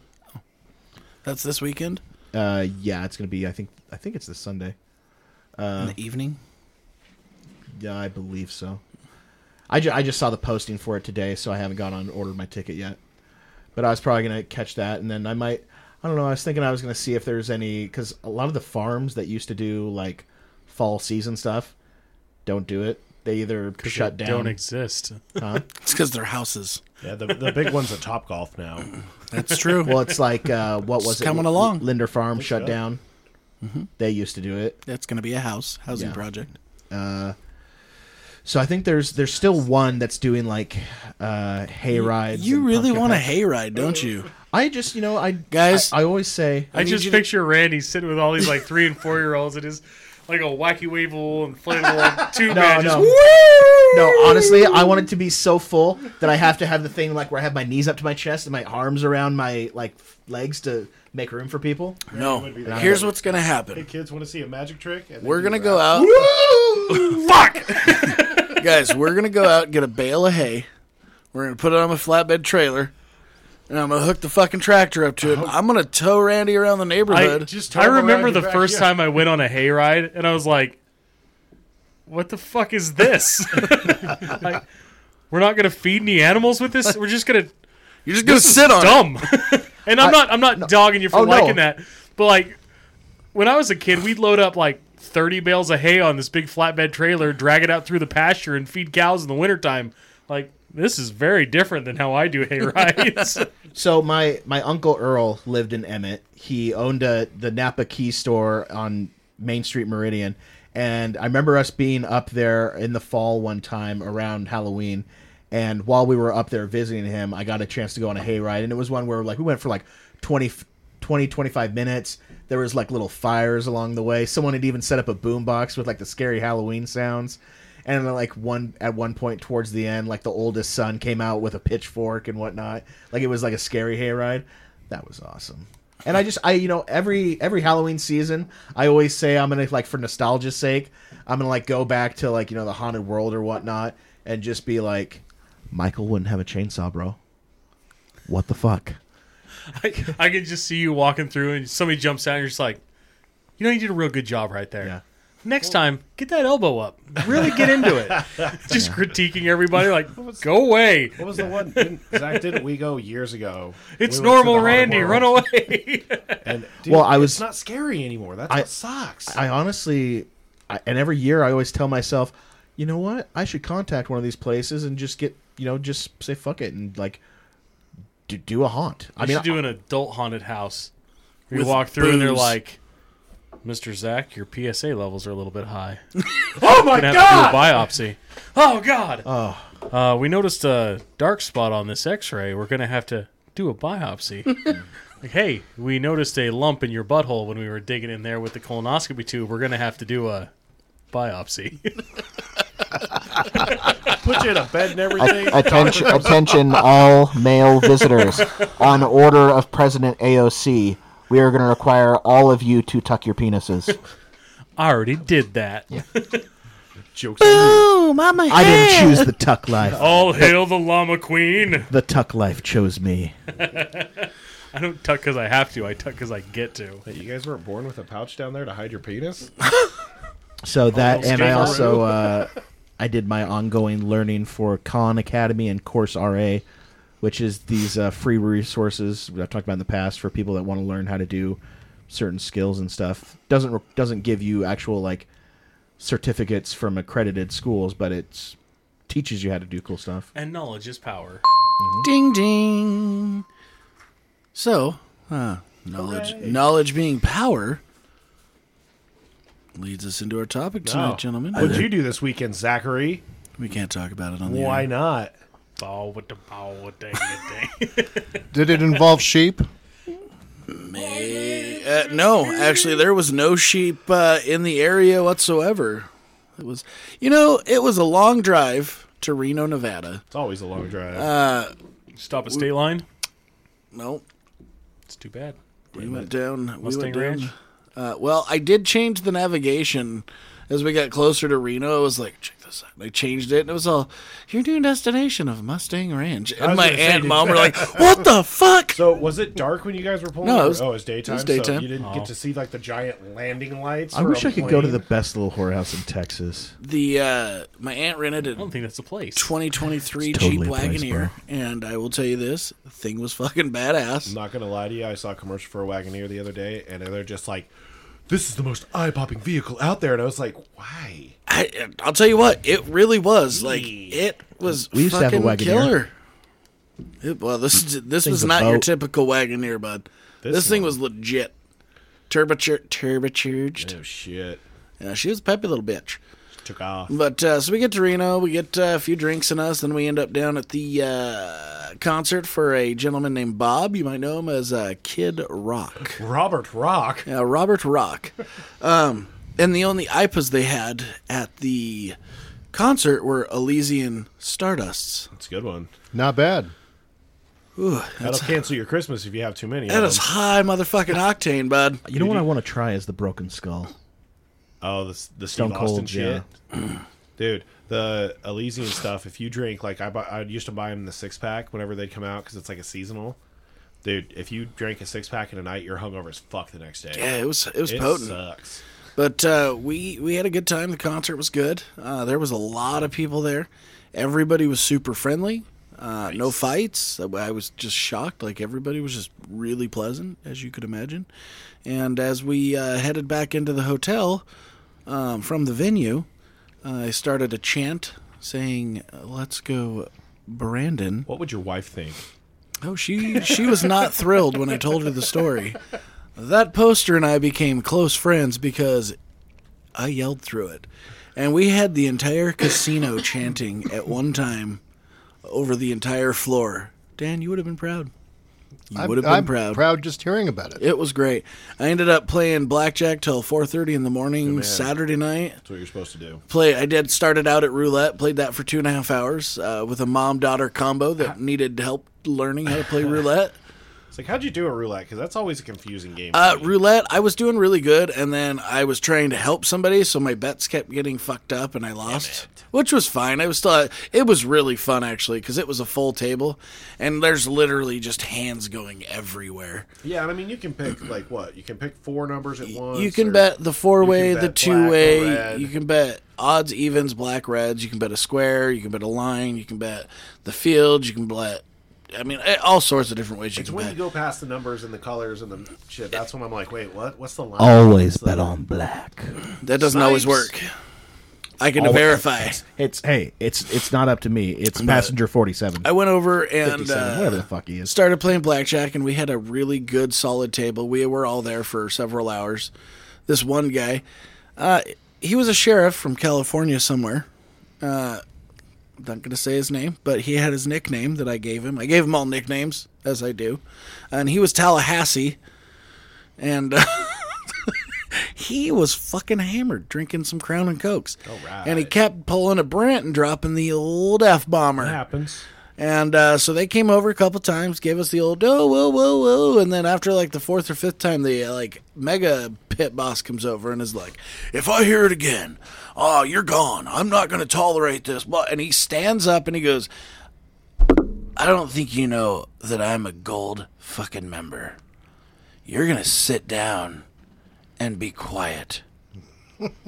S1: That's this weekend
S5: Uh, yeah, it's gonna be. I think I think it's this Sunday. Uh.
S1: in the evening.
S5: Yeah, I believe so. I, ju- I just saw the posting for it today, so I haven't gone on and ordered my ticket yet. But I was probably gonna catch that, and then I might. I don't know. I was thinking I was gonna see if there's any because a lot of the farms that used to do like fall season stuff don't do it. They either shut
S6: They
S5: down.
S6: Don't exist.
S1: It's because they're houses.
S2: Yeah, the, the big one's a top golf now.
S1: That's true.
S5: Well, it's like uh, what was it?
S1: coming along.
S5: Linder Farm shut
S2: shut.
S5: down.
S1: Mm-hmm.
S5: They used to do it.
S1: That's going to be a house housing
S5: Yeah.
S1: project.
S5: So I think there's there's still one that's doing like uh, hay rides.
S1: You
S5: and
S1: really
S5: pumpkin
S1: want a
S5: patch-
S1: hayride, don't you?
S5: I just you know I
S1: Guys.
S5: I, I always say
S6: I,
S1: need
S6: just
S1: you to-
S6: picture Randy sitting with all these like three and four year olds. It is like a wacky waveful inflatable two man.
S5: no.
S6: Just,
S5: no. Honestly, I want it to be so full that I have to have the thing like where I have my knees up to my chest and my arms around my like legs to make room for people.
S1: No.
S2: would be the-
S1: Here's what's going to
S2: Hey,
S1: happen.
S2: kids, want to see a magic trick? And they
S1: We're
S2: do
S1: going to
S2: that.
S1: go out. Fuck! Guys, we're going to go out and get a bale of hay. We're going to put it on my flatbed trailer. And I'm going to hook the fucking tractor up to it. I'm going to tow Randy around the
S6: I
S1: neighborhood.
S2: Oh. Just
S6: just
S2: tow
S6: I
S2: him around
S6: remember
S2: your
S6: the first
S2: backyard.
S6: time I went on a hayride, and I was like, "What the fuck is this? like, we're not gonna feed any animals with this. We're just gonna
S1: You're just going to sit on it.
S6: dumb." and I'm not I'm not dogging you for
S5: Oh, no.
S6: liking that, but like when I was a kid, we'd load up like. 30 bales of hay on this big flatbed trailer, drag it out through the pasture, and feed cows in the wintertime. Like, this is very different than how I do hay rides.
S5: So my my uncle Earl lived in Emmett. He owned a, the Napa Key store on Main Street Meridian, and I remember us being up there in the fall one time around Halloween. And while we were up there visiting him, I got a chance to go on a hayride, and it was one where like we went for like 20, 20 25 minutes. There was like little fires along the way. Someone had even set up a boombox with like the scary Halloween sounds. And then, like one at one point towards the end, like the oldest son came out with a pitchfork and whatnot. Like it was like a scary hayride. That was awesome. And I just I you know every every Halloween season I always say I'm gonna like for nostalgia's sake I'm gonna like go back to like you know the haunted world or whatnot and just be like Michael wouldn't have a chainsaw, bro. What the fuck?
S6: I, I can just see you walking through and somebody jumps out and you're just like, you know, you did a real good job right there.
S5: Yeah.
S6: Next time, get that elbow up. Really get into it. just critiquing everybody like, go away.
S2: What was the one? Didn't, Zach, didn't we go years ago?
S6: It's
S2: We went to
S6: normal,
S2: the
S6: Randy.
S2: Haunted
S6: Run
S2: World,
S6: away.
S2: And, dude,
S5: Well, I was-
S2: It's not scary anymore. That's
S5: I-
S2: what sucks.
S5: I honestly, I, and every year I always tell myself, you know what? I should contact one of these places and just get, you know, just say fuck it and like do, do a haunt. I
S6: I
S5: mean,
S6: should do an adult haunted house. You
S1: With
S6: walk through and they're
S1: booze.
S6: like, Mr. Zach, your PSA levels are a little bit high.
S2: oh my
S6: gonna have to do a biopsy. Oh God. Uh, we noticed a dark spot on this X-ray. We're gonna have to do a biopsy. like, hey, we noticed a lump in your butthole when we were digging in there with the colonoscopy tube. We're gonna have to do a biopsy.
S2: Put you in a bed and everything.
S4: Attention, attention, all male visitors. On order of President AOC, we are going to require all of you to tuck your penises.
S6: I already did that.
S2: Jokes on you.
S5: I didn't choose the tuck life.
S6: All hail the llama queen.
S5: The tuck life chose me.
S6: I don't tuck because I have to. I tuck because I get to.
S2: Hey, you guys weren't born with a pouch down there to hide your penis?
S5: So that, and I
S6: kangaroo.
S5: also, uh, I did my ongoing learning for Khan Academy and Course RA, which is these uh, free resources that I've talked about in the past for people that want to learn how to do certain skills and stuff. Doesn't re- doesn't give you actual like certificates from accredited schools, but it's teaches you how to do cool stuff.
S6: And knowledge is power.
S1: Ding ding. So, huh, knowledge knowledge being power leads us into our topic tonight,
S2: Oh.
S1: gentlemen.
S2: What'd you do this weekend, Zachary?
S1: we can't talk about it on the
S2: Why
S1: air.
S2: not?
S6: Bow with the bow, dang, dang.
S3: Did it involve sheep?
S1: Maybe. Uh, no, actually, there was no sheep uh, in the area whatsoever. It was, you know, it was a long drive to Reno, Nevada.
S2: It's always a long drive.
S6: Stop at state line.
S1: No,
S6: It's too bad.
S1: we went down. We
S6: Mustang
S1: went
S6: Ranch.
S1: down. Uh, well, I did change the navigation as we got closer to Reno. I was like, check this out. And I changed it, and it was all your new destination of Mustang Ranch. And
S2: was
S1: my
S2: gonna say,
S1: aunt and
S2: did-
S1: mom were like, "What the fuck?"
S2: so was it dark when you guys were pulling?
S1: No, it
S2: over?
S1: was-
S2: oh, it was daytime. So
S1: daytime.
S2: you didn't get to see like the giant landing lights.
S5: I
S2: or
S5: wish
S2: a
S5: I could go to
S2: plane?
S5: the best little whorehouse in Texas.
S1: The uh, my aunt rented
S6: I
S2: Oh.
S6: don't
S1: a
S6: think that's the place.
S1: 2023
S5: It's totally
S1: Jeep
S5: a place,
S1: Wagoneer, and I will tell you this: the thing was fucking badass.
S2: I'm not gonna lie to you. I saw a commercial for a Wagoneer the other day, and they're just like, "This is the most eye-popping vehicle out there," and I was like, "Why?"
S1: I, I'll tell you what, it really was like it was
S5: We used to have a
S1: fucking
S5: Wagoneer.
S1: killer. It, well, this is- this was
S5: a
S1: not your
S5: boat.
S1: typical Wagoneer, bud. This,
S2: This
S1: thing
S2: one.
S1: was legit. Turbocharged, turbocharged.
S2: Oh shit!
S1: Yeah, she was a peppy little bitch.
S2: Took off.
S1: But uh, so we get to Reno, we get uh, a few drinks in us, then we end up down at the uh, concert for a gentleman named Bob. You might know him as uh, Kid Rock.
S2: Robert Rock.
S1: Yeah, Uh, Robert Rock. Um, and the only IPAs they had at the concert were Elysian Stardusts.
S2: That's a good one.
S3: Not bad.
S1: Ooh,
S2: That'll cancel your Christmas if you have too many.
S1: that
S2: of
S1: is
S2: them.
S1: high motherfucking octane, bud.
S5: You know what I want to try is the Broken Skull.
S2: Oh, the the Steve
S5: Stone
S2: Austin
S5: Cold,
S2: shit, dude. The Elysian stuff. If you drink, like I, bu- I used to buy them in the six pack whenever they'd come out because it's like a seasonal. Dude, if you drank a six pack in a night, you're hungover as fuck the next day.
S1: Yeah, it was it was
S2: it
S1: potent.
S2: sucks.
S1: But uh, we we had a good time. The concert was good. Uh, there was a lot of people there. Everybody was super friendly. Uh, No fights. I was just shocked. Like everybody was just really pleasant, as you could imagine. And as we uh, headed back into the hotel um, from the venue, I started a chant saying, "Let's go, Brandon."
S2: What would your wife think?
S1: Oh, she she was not thrilled when I told her the story. That poster and I became close friends because I yelled through it. And we had the entire casino chanting at one time over the entire floor. Dan, you would have been proud. You would have been
S3: I'm
S1: proud.
S3: proud just hearing about it.
S1: It was great. I ended up playing blackjack till 4:30 in the morning Saturday night
S2: That's what you're supposed to do.
S1: play i did started out at roulette played that for two and a half hours uh, with a mom-daughter combo that needed help learning how to play roulette
S2: It's like, how'd you do a roulette? Because that's always a confusing game.
S1: uh,
S2: to me.
S1: roulette i was doing really good and then i was trying to help somebody so my bets kept getting fucked up and i lost which was fine i was still it was really fun actually because it was a full table and there's literally just hands going everywhere
S2: yeah, and I mean, you can pick like what? You can pick four numbers at once.
S1: you can
S2: or-
S1: bet the four way,
S2: you can
S1: the
S2: bet
S1: two
S2: black or
S1: way.
S2: red.
S1: You can bet odds, evens, black, reds. You can bet a square. You can bet a line. You can bet the field. You can bet. I mean, eh, all sorts of different ways you
S2: It's
S1: can
S2: when
S1: bet.
S2: you go past the numbers and the colors and the shit. That's when I'm like, wait, what? What's the line?
S5: Always
S2: What's the-
S5: bet on black.
S1: that doesn't always work.
S2: Snipes.
S1: I can verify.
S5: It's hey, it's it's not up to me. It's passenger forty-seven,
S1: I went over and
S5: 57,
S1: uh,
S5: whatever the fuck he is.
S1: started playing blackjack, and we had a really good, solid table. We were all there for several hours. This one guy, uh, he was a sheriff from California somewhere. Uh, not going to say his name, but he had his nickname that I gave him. I gave him all nicknames, as I do. And he was Tallahassee. And uh, he was fucking hammered, drinking some Crown and Cokes.
S2: right.
S1: And he kept pulling a Brent and dropping the old F bomber.
S2: It happens.
S1: And uh, so they came over a couple times, gave us the old oh whoa whoa whoa, and then after like the fourth or fifth time, the uh, like mega pit boss comes over and is like, "If I hear it again, oh you're gone. I'm not going to tolerate this." But and he stands up and he goes, "I don't think you know that I'm a gold fucking member. You're gonna sit down and be quiet."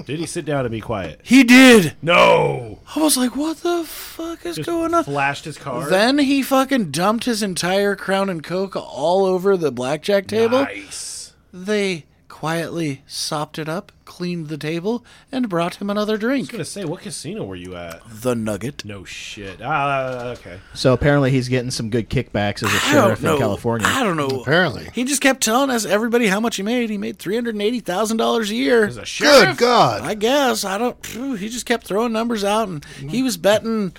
S2: Did he sit down and be quiet?
S1: He did.
S2: No.
S1: I was like, "What the fuck is
S2: Just
S1: going on?"
S2: Flashed his card.
S1: Then he fucking dumped his entire crown and coke all over the blackjack table.
S2: nice.
S1: They quietly sopped it up, cleaned the table, and brought him another
S2: I
S1: drink.
S2: was gonna say, what casino were you at?
S1: The nugget.
S2: No shit. Ah, okay.
S5: So apparently he's getting some good kickbacks as a
S1: I don't
S5: sheriff
S1: know.
S5: in California.
S1: I don't know.
S3: Apparently.
S1: He just kept telling us everybody how much he made. He made three hundred and eighty thousand dollars a year.
S2: There's a
S3: Good
S2: sheriff.
S3: God.
S1: I guess. I don't phew, he just kept throwing numbers out and he was betting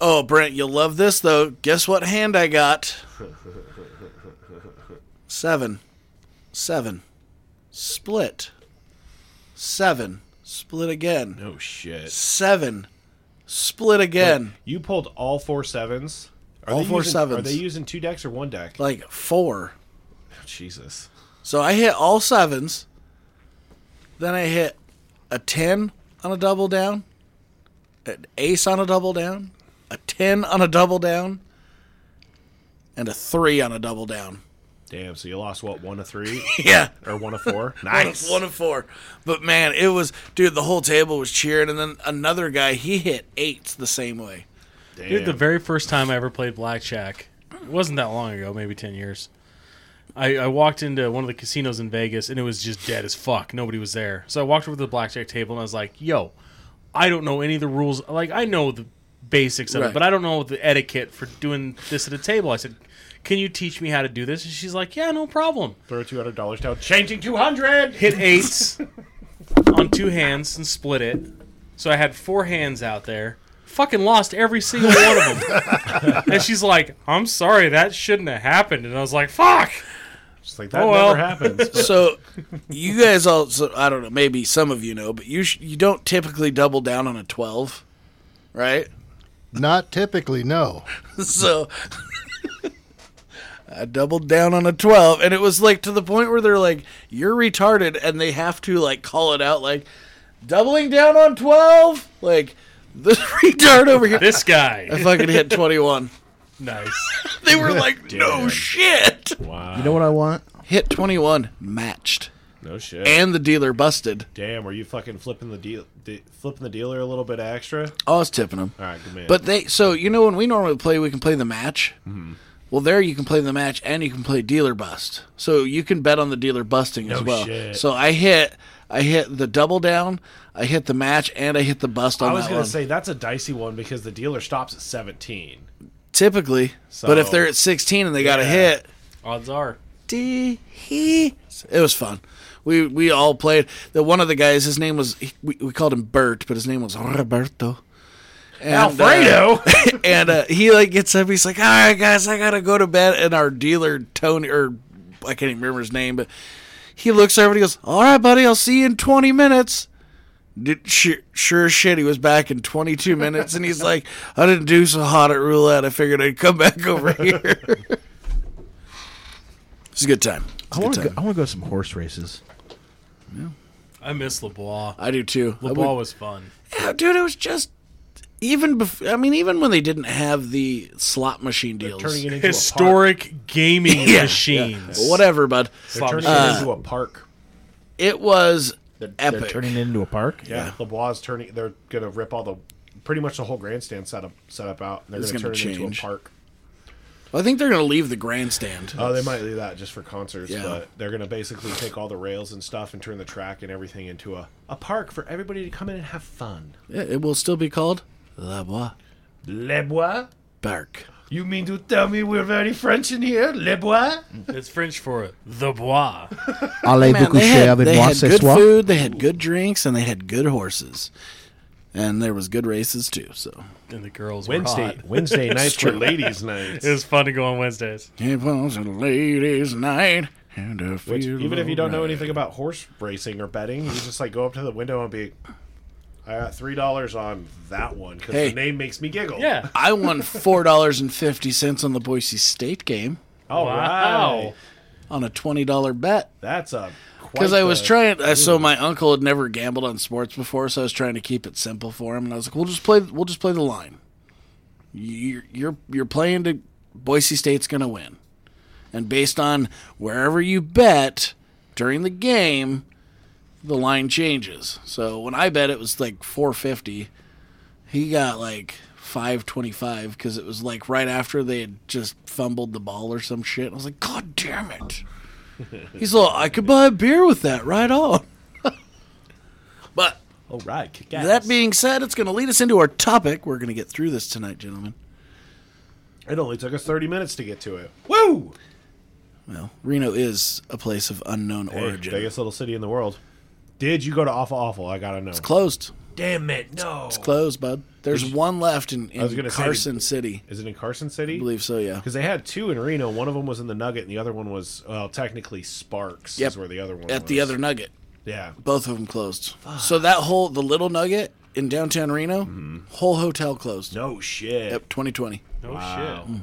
S1: Oh, Brent, you'll love this though. Guess what hand I got? Seven. Seven. split. Seven, split again.
S2: No shit.
S1: Seven, split again.
S2: You pulled all four sevens. Are
S1: All
S2: they
S1: four
S2: using, Are
S1: sevens.
S2: they using two decks or one deck?
S1: Like four.
S2: Jesus.
S1: So I hit all sevens. Then I hit a 10 on a double down, an ace on a double down, a 10 on a double down, and a 3 on a double down.
S2: Damn. So you lost what one to three
S1: Yeah.
S2: or one to four?
S1: One of-
S2: Nice.
S1: One of four. But man, it was, dude, the whole table was cheering. And then another guy, he hit eights the same way.
S2: Damn.
S6: Dude, the very first time I ever played blackjack, it wasn't that long ago, maybe 10 years. I, I walked into one of the casinos in Vegas and it was just dead as fuck. Nobody was there. So I walked over to the blackjack table and I was like, yo, I don't know any of the rules. Like, I know the basics of
S1: Right.
S6: it, but I don't know the etiquette for doing this at a table. I said, can you teach me how to do this? And she's like, yeah, no problem.
S2: Throw two hundred dollars down. Changing two hundred.
S6: Hit eights on two hands and split it. So I had four hands out there. Fucking lost every single one of them. and she's like, I'm sorry, that shouldn't have happened. And I was like, fuck.
S2: Just like that
S6: Oh,
S2: never
S6: well.
S2: happens. but-
S1: So you guys also, I don't know, maybe some of you know, but you, sh- you don't typically double down on a 12, right?
S3: Not typically, no.
S1: so I doubled down on a 12 and it was like to the point where they're like you're retarded and they have to like call it out like doubling down on 12 like the retard over here
S6: This guy.
S1: I fucking hit 21
S6: nice.
S1: they were like no
S2: Damn.
S1: shit
S2: wow.
S5: You know what I want?
S1: hit 21 matched
S2: no shit.
S1: and the dealer busted
S2: Damn. Were you fucking flipping the deal? De- flipping the dealer a little bit extra?
S1: I was tipping them
S2: All right, good man.
S1: but they so you know when we normally play we can play the match
S2: Mm-hmm.
S1: well there you can play the match and you can play dealer bust so you can bet on the dealer busting as
S2: No
S1: well
S2: shit.
S1: so i hit i hit the double down i hit the match and i hit the bust on
S2: I was
S1: that
S2: gonna
S1: one.
S2: say that's a dicey one because the dealer stops at seventeen.
S1: typically but if
S2: So-
S1: they're at 16 and they got a
S2: Yeah.
S1: hit
S6: Odds are.
S1: dee- hee. it was fun we we all played the one of the guys his name was he- we, we called him bert but his name was roberto and, uh,
S2: Alfredo.
S1: and uh, he like gets up. He's like, "All right, guys, I gotta go to bed." And our dealer Tony, or I can't even remember his name, but he looks over and he goes, "All right, buddy, I'll see you in twenty minutes." Dude, sure, sure as shit, he was back in twenty two minutes, and he's like, "I didn't do so hot at roulette. I figured I'd come back over here." it's a good time. It's
S5: I
S1: a good
S5: want to go,
S1: time.
S5: I want to go to some horse races.
S6: I miss LeBlanc.
S1: I do too. I would-
S6: LeBlanc was fun.
S1: Yeah, dude, it was just even before. I mean, even when they didn't have the slot machine deals,
S2: Turning it into
S6: Historic gaming
S1: Yeah.
S6: machines.
S1: whatever, bud.
S2: A park. They're
S6: Slot
S2: turning it
S6: machines.
S2: into a park.
S1: It was epic.
S5: They're turning it into a park.
S2: Yeah, LeBlancs turning. They're gonna rip all the, pretty much the whole grandstand setup setup out. And they're
S1: It's
S2: gonna,
S1: gonna
S2: turn it
S1: change.
S2: into a park.
S1: I think they're going to leave the grandstand.
S2: Oh, they might do that just for concerts,
S1: Yeah.
S2: but they're gonna basically take all the rails and stuff and turn the track and everything into a, a park for everybody to come in and have fun.
S1: Yeah, it will still be called La Bois
S2: Les Bois?
S1: Park.
S2: You mean to tell me we're very French in here? Les Bois?
S6: It's French for the Bois.
S1: Man,
S5: Allez vous
S1: they
S5: coucher
S1: had,
S5: avec
S1: they
S5: moi
S1: had
S5: ce
S1: good
S5: soir.
S1: food, they had good drinks, and they had good horses. And there was good races too. So
S6: And the girls were hot.
S2: Wednesday Wednesday nights were ladies' nights.
S6: It was fun to go on Wednesdays.
S1: it was a ladies' night, and I
S2: Which,
S1: feel
S2: even if you don't know
S1: alright.
S2: anything about horse racing or betting, you just like go up to the window and be, I got three dollars on that one because
S1: Hey.
S2: the name makes me giggle.
S6: Yeah.
S1: I won four dollars and fifty cents on the Boise State game
S2: Oh
S6: Wow.
S2: wow.
S1: on a twenty dollar bet.
S2: That's a
S1: Because I was
S2: the-
S1: trying, uh, so my uncle had never gambled on sports before, so I was trying to keep it simple for him, and I was like, "We'll just play, we'll just play the line. You're you're, you're playing to Boise State's going to win, and based on wherever you bet during the game, the line changes. So when I bet, it was like four fifty. He got like five twenty five because it was like right after they had just fumbled the ball or some shit. I was like, "God damn it!" He's like, I could buy a beer with that, right on. but
S2: Oh right, kick
S1: that being said, it's going to lead us into our topic. We're going to get through this tonight, gentlemen.
S2: it only took us thirty minutes to get to it. Woo!
S1: Well, Reno is a place of unknown
S2: Hey,
S1: origin.
S2: biggest little city in the world. Did you go to Awful Awful? I gotta know.
S1: Closed.
S2: Damn it! No.
S1: Closed, bud. There's one left in, in
S2: was gonna say-
S1: Carson City.
S2: Is it in Carson City?
S1: I believe so, yeah.
S2: Because they had two in Reno. One of them was in the Nugget, and the other one was well, technically Sparks
S1: Yep.
S2: is where the other one
S1: At the
S2: was.
S1: other Nugget.
S2: Yeah,
S1: Both of them closed. So that whole, the little Nugget in downtown Reno,
S2: Mm-hmm.
S1: whole hotel closed.
S2: no shit.
S1: Yep, 2020.
S6: No shit.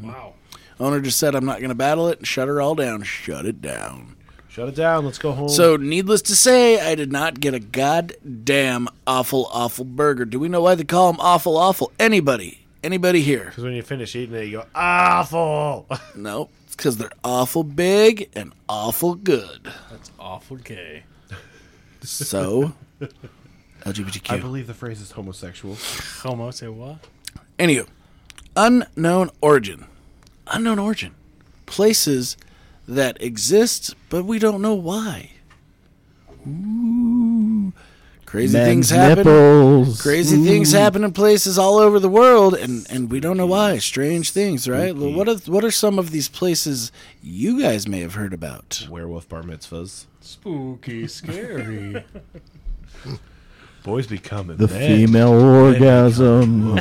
S6: Wow.
S1: Owner just said, I'm not going to battle it. Shut her all down. Shut it down.
S2: Shut it down. Let's go home.
S1: So, needless to say, I did not get a goddamn awful, awful burger. Do we know why they call them awful, awful? Anybody? Anybody here?
S2: because when you finish eating it, you go awful.
S1: No, it's because they're awful big and awful good.
S6: That's awful gay.
S1: So,
S2: I
S1: LGBTQ.
S2: believe the phrase is homosexual.
S6: Homo say what?
S1: Anywho, unknown origin. Unknown origin. Places that exist, but we don't know why. Ooh. Crazy things happen.
S4: nipples.
S1: Crazy things happen in places all over the world, and, and we don't know why. Strange things, right? Well, what are what are some of these places you guys may have heard about?
S2: Werewolf bar mitzvahs.
S6: Spooky, scary.
S2: Boys be coming.
S4: The female orgasm.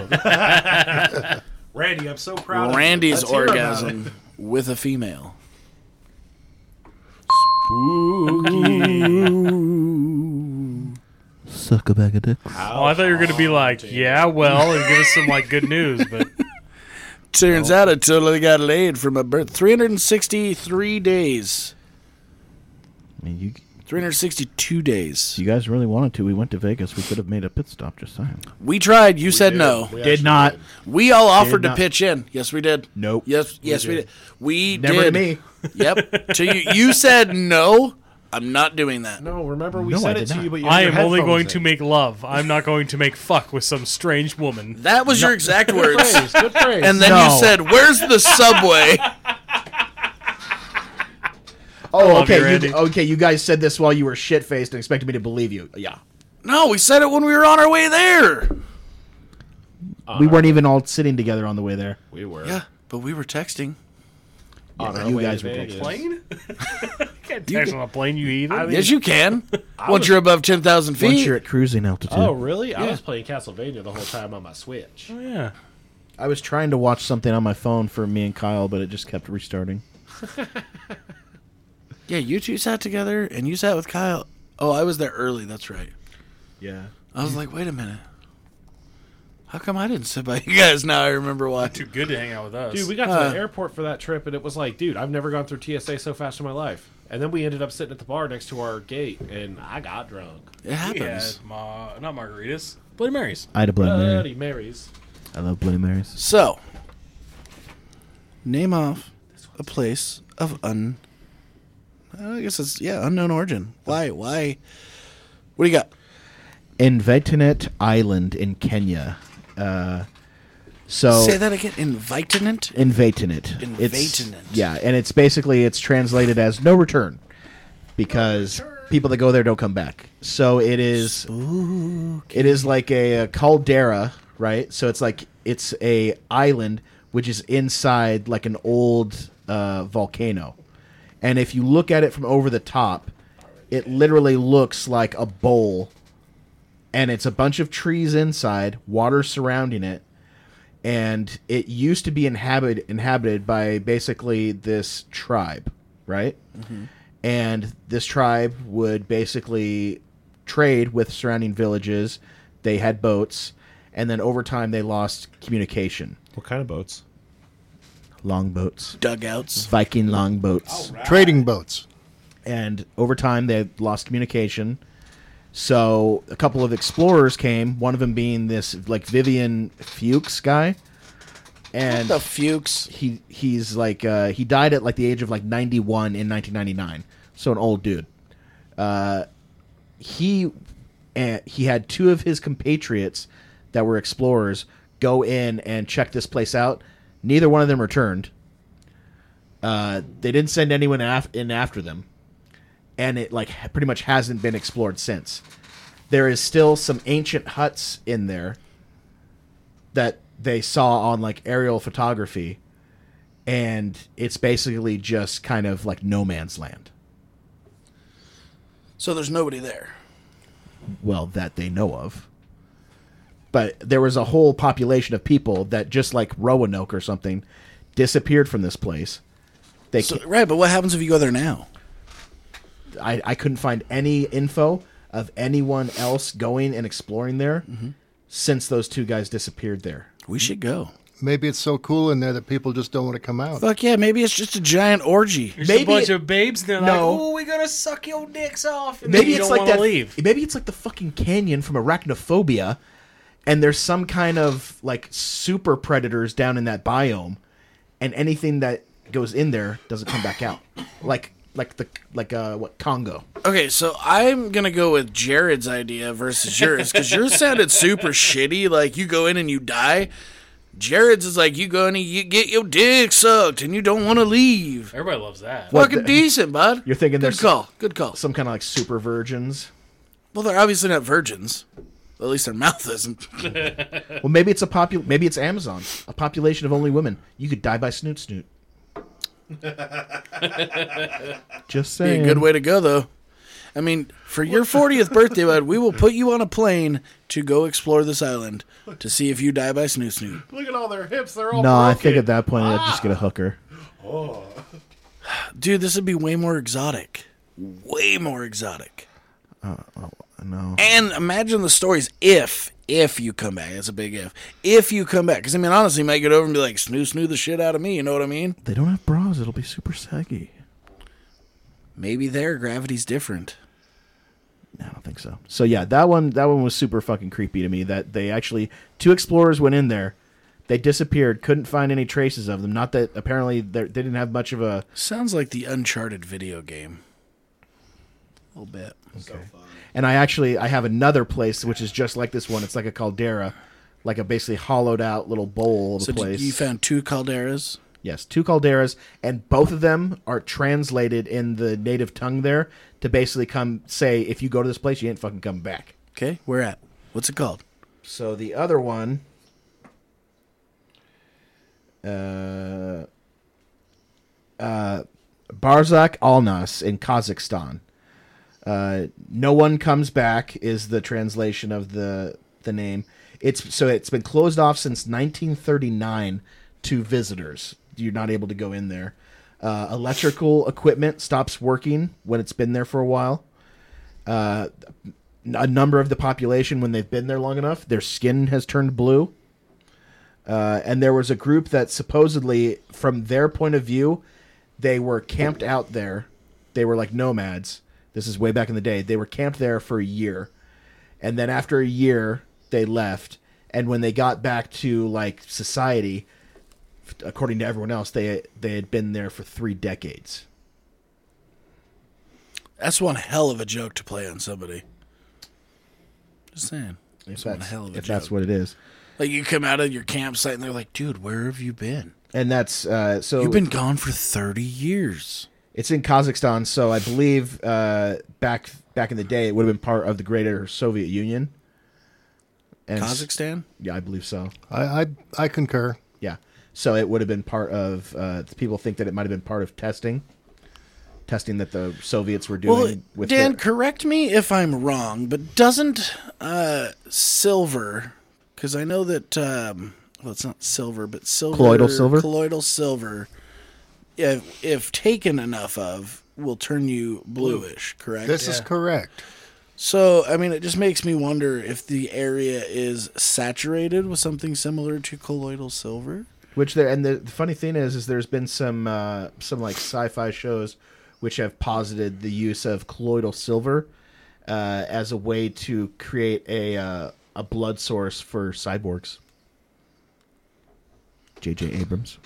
S2: Randy, I'm so proud. of you.
S1: Randy's
S2: Let's hear about
S1: orgasm with a female.
S4: Suck a bag of dick.
S6: oh, I thought you were gonna be like, yeah, well, and give us some like good news, but
S1: Turns out I totally got laid from a birth. 363 days.
S4: I mean, you,
S1: 362 days.
S4: you guys really wanted to. We went to Vegas. We could have made a pit stop just saying.
S1: We tried. You said
S2: did.
S1: no.
S2: We
S5: Did
S2: actually
S5: not.
S1: We all offered to
S5: not.
S1: pitch in. Yes, we did.
S5: Nope.
S1: Yes, yes, we did. We
S5: Never
S1: did.
S5: to me.
S1: Yep. To you, you said no. I'm not doing that.
S2: No, remember we
S4: No, I
S2: said
S4: did
S2: it to
S4: not.
S2: you, but you had
S6: I
S2: your
S6: am only
S2: headphones
S6: going
S2: in.
S6: to make love. I'm not going to make fuck with some strange woman.
S1: That was your exact words.
S2: Phrase, Good phrase.
S1: And then
S5: No.
S1: you said, "Where's the subway?"
S5: Oh,
S6: love you,
S5: okay. You,
S6: Randy.
S5: okay, you guys said this while you were shit faced and expected me to believe you. Yeah.
S1: no, we said it when we were on our way there.
S5: we weren't even all sitting together on the way there.
S2: we were.
S1: Yeah, but we were texting.
S2: on our
S5: you
S2: way
S5: guys
S2: to
S5: were
S2: Vegas.
S6: Plane? can't text on a plane, you heathen.
S1: yes, you can. Once you're above ten thousand feet.
S4: Once you're at cruising altitude.
S2: Oh, really? I was playing Castlevania the whole time on my Switch.
S6: yeah.
S5: I was trying to watch something on my phone for me and Kyle, but it just kept restarting.
S1: yeah, you two sat together, and you sat with Kyle. Oh, I was there early. That's right.
S5: Yeah.
S1: I was like, wait a minute. How come I didn't sit by you guys? Now I remember why.
S6: Too good to hang out with us.
S2: Dude, we got to the airport for that trip, and it was like, dude, I've never gone through TSA so fast in my life. And then we ended up sitting at the bar next to our gate, and I got drunk.
S1: It happens.
S6: had ma- not margaritas, Bloody Marys.
S4: I had a Bloody
S1: Uh.
S4: Mary.
S2: Bloody Marys.
S4: I love Bloody Marys.
S1: So, name off a place of un. I guess it's yeah unknown origin. Why? Why? What do you got?
S5: Inventinet Island in Kenya. Uh, so
S1: Say that again. Invitinent.
S5: Invatinet.
S1: Invatinent.
S5: Yeah, and it's basically it's translated as no return because people that go there don't come back. So it is it is like a, a caldera, right? So it's like it's a island which is inside like an old uh, volcano. And if you look at it from over the top, it literally looks like a bowl and it's a bunch of trees inside, water surrounding it, and it used to be inhabited inhabited by basically this tribe, right? And this tribe would basically trade with surrounding villages. They had boats, and then over time they lost communication.
S2: What kind of boats?
S5: Longboats,
S1: Dugouts.
S5: Viking longboats.
S3: Trading boats.
S5: and over time they lost communication. So a couple of explorers came, one of them being this like Vivian Fuchs guy, and
S1: The Fuchs.
S5: he he's like uh, he died at like the age of like 91 in 1999, so an old dude. Uh, he and he had two of his compatriots that were explorers go in and check this place out. Neither one of them returned. Uh, they didn't send anyone af- in after them, and it like ha- pretty much hasn't been explored since. There is still some ancient huts in there that they saw on like aerial photography, and it's basically just kind of like no man's land.
S1: So there's nobody there.
S5: Well, that they know of. But there was a whole population of people that just like Roanoke or something disappeared from this place. They
S1: So,
S5: ca-
S1: right, but what happens if you go there now?
S5: I, I couldn't find any info of anyone else going and exploring there since those two guys disappeared there.
S1: We should go.
S3: Maybe it's so cool in there that people just don't want to come out.
S1: Fuck yeah, maybe it's just a giant orgy.
S6: There's
S5: Maybe
S6: a bunch
S5: it-
S6: of babes, and they're
S5: No.
S6: like, "Oh, we're gonna suck your dicks off." And then
S5: Maybe
S6: you
S5: it's
S6: don't
S5: like
S6: wanna
S5: that.
S6: Leave.
S5: Maybe it's like the fucking canyon from Arachnophobia, and there's some kind of like super predators down in that biome, and anything that goes in there doesn't come back out. Like like the like uh what Congo.
S1: Okay, so I'm gonna go with Jared's idea versus yours because yours sounded super shitty. Like you go in and you die. Jared's is like you go in and you get your dick sucked and you don't want to leave.
S6: Everybody loves that.
S5: What
S1: Fucking
S5: the-
S1: decent, bud.
S5: You're thinking
S1: good
S5: there's-
S1: call. Good call.
S5: Some kind of like super virgins.
S1: Well, they're obviously not virgins. At least their mouth isn't.
S5: Well, maybe it's a popu- Maybe it's Amazon, a population of only women. You could die by snoot snoot. Just
S1: Be
S5: saying.
S1: a good way to go, though. I mean, for your 40th birthday, bud, we will put you on a plane to go explore this island to see if you die by snoot snoot.
S2: Look at all their hips. They're all
S5: No, I
S2: broken.
S5: think at that point I'd just get a hooker.
S1: Dude, this would be way more exotic. Way more exotic.
S5: No.
S1: And imagine the stories if, if you come back. That's a big if. If you come back. Because, I mean, honestly, you might get over and be like, snoo snoo the shit out of me. You know what I mean?
S5: They don't have bras. It'll be super saggy.
S1: Maybe there, gravity's different.
S5: No, I don't think so. So yeah, that one that one was super fucking creepy to me. That they actually two explorers went in there, they disappeared, couldn't find any traces of them. Not that apparently they're- they didn't have much of a.
S1: Sounds like the Uncharted video game. A little bit.
S5: And I actually I have another place which is just like this one. It's like a caldera, like a basically hollowed out little bowl of
S1: So
S5: a place.
S1: you found two calderas?
S5: Yes, two calderas, and both of them are translated in the native tongue there to basically come say, if you go to this place, you ain't fucking coming back.
S1: Okay, where at? What's it called?
S5: So the other one, uh, uh, Barzak Alnas in Kazakhstan. Uh, no one comes back is the translation of the the name. It's so it's been closed off since 1939 to visitors. You're not able to go in there. Uh, electrical equipment stops working when it's been there for a while a number of the population when they've been there long enough their skin has turned blue uh, and there was a group that supposedly from their point of view they were camped out there they were like nomads this is way back in the day they were camped there for a year and then after a year they left and when they got back to like society f- according to everyone else they they had been there for three decades
S1: That's one hell of a joke to play on somebody. Just saying. That's one hell of a
S5: if
S1: joke.
S5: that's what it is
S1: Like you come out of your campsite and they're like, dude, where have you been?
S5: and that's uh, so
S1: You've been gone for 30 years.
S5: It's in Kazakhstan, so I believe uh, back back in the day it would have been part of the greater Soviet Union. And
S1: Kazakhstan?
S5: Yeah, I believe so.
S3: I, I, I concur.
S5: Yeah, so it would have been part of. Uh, people think that it might have been part of testing, testing that the Soviets were doing
S1: Well,
S5: with
S1: Dan,
S5: their-
S1: correct me if I'm wrong, but doesn't uh, silver, because I know that, um, well, it's not silver, but silver.
S5: Colloidal silver?
S1: Colloidal silver, if, if taken enough of, will turn you bluish, correct?
S3: This is correct.
S1: So, I mean, it just makes me wonder if the area is saturated with something similar to colloidal silver.
S5: which there. And the, the funny thing is, is there's been some uh, some like sci-fi shows which have posited the use of colloidal silver uh, as a way to create a uh, a blood source for cyborgs. J.J. Abrams.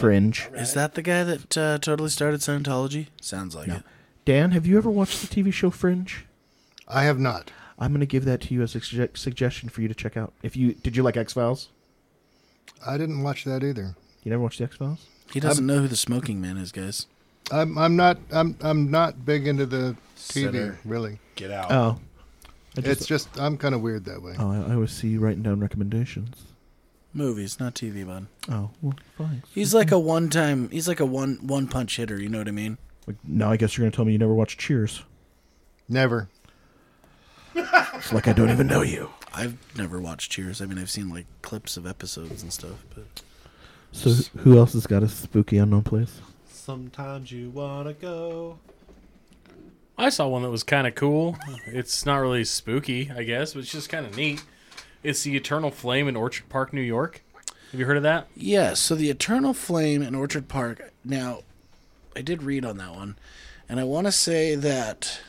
S5: Fringe.
S1: Is that the guy that uh, totally started Scientology? Sounds like it.
S5: Dan, have you ever watched the TV show Fringe?
S3: I have not.
S5: I'm going to give that to you as a sugge- suggestion for you to check out. If you did you like X Files?
S3: I didn't watch that either.
S5: You never watched the X Files?
S1: He doesn't know who the smoking man is, guys.
S3: I'm, I'm not. I'm, I'm not big into the TV
S2: Sinner.
S3: really.
S2: Get out.
S5: Oh,
S3: It's just I'm kind of weird that way.
S5: oh, I, I always see you writing down recommendations.
S1: Movies, not TV, bud.
S5: Oh, well, fine.
S1: He's like a one-time. He's like a one one punch hitter. You know what I mean?
S5: Like, now I guess you're going to tell me you never watched Cheers.
S3: Never.
S5: It's like I don't even know you.
S1: I've never watched Cheers. I mean, I've seen like clips of episodes and stuff, but
S7: So who else has got a spooky unknown place?
S2: Sometimes you wanna go.
S6: I saw one that was kind of cool. It's not really spooky, I guess, but it's just kind of neat. It's the Eternal Flame in Orchard Park, New York. Have you heard of that?
S1: yeah. So the Eternal Flame in Orchard Park. Now, I did read on that one, and I want to say that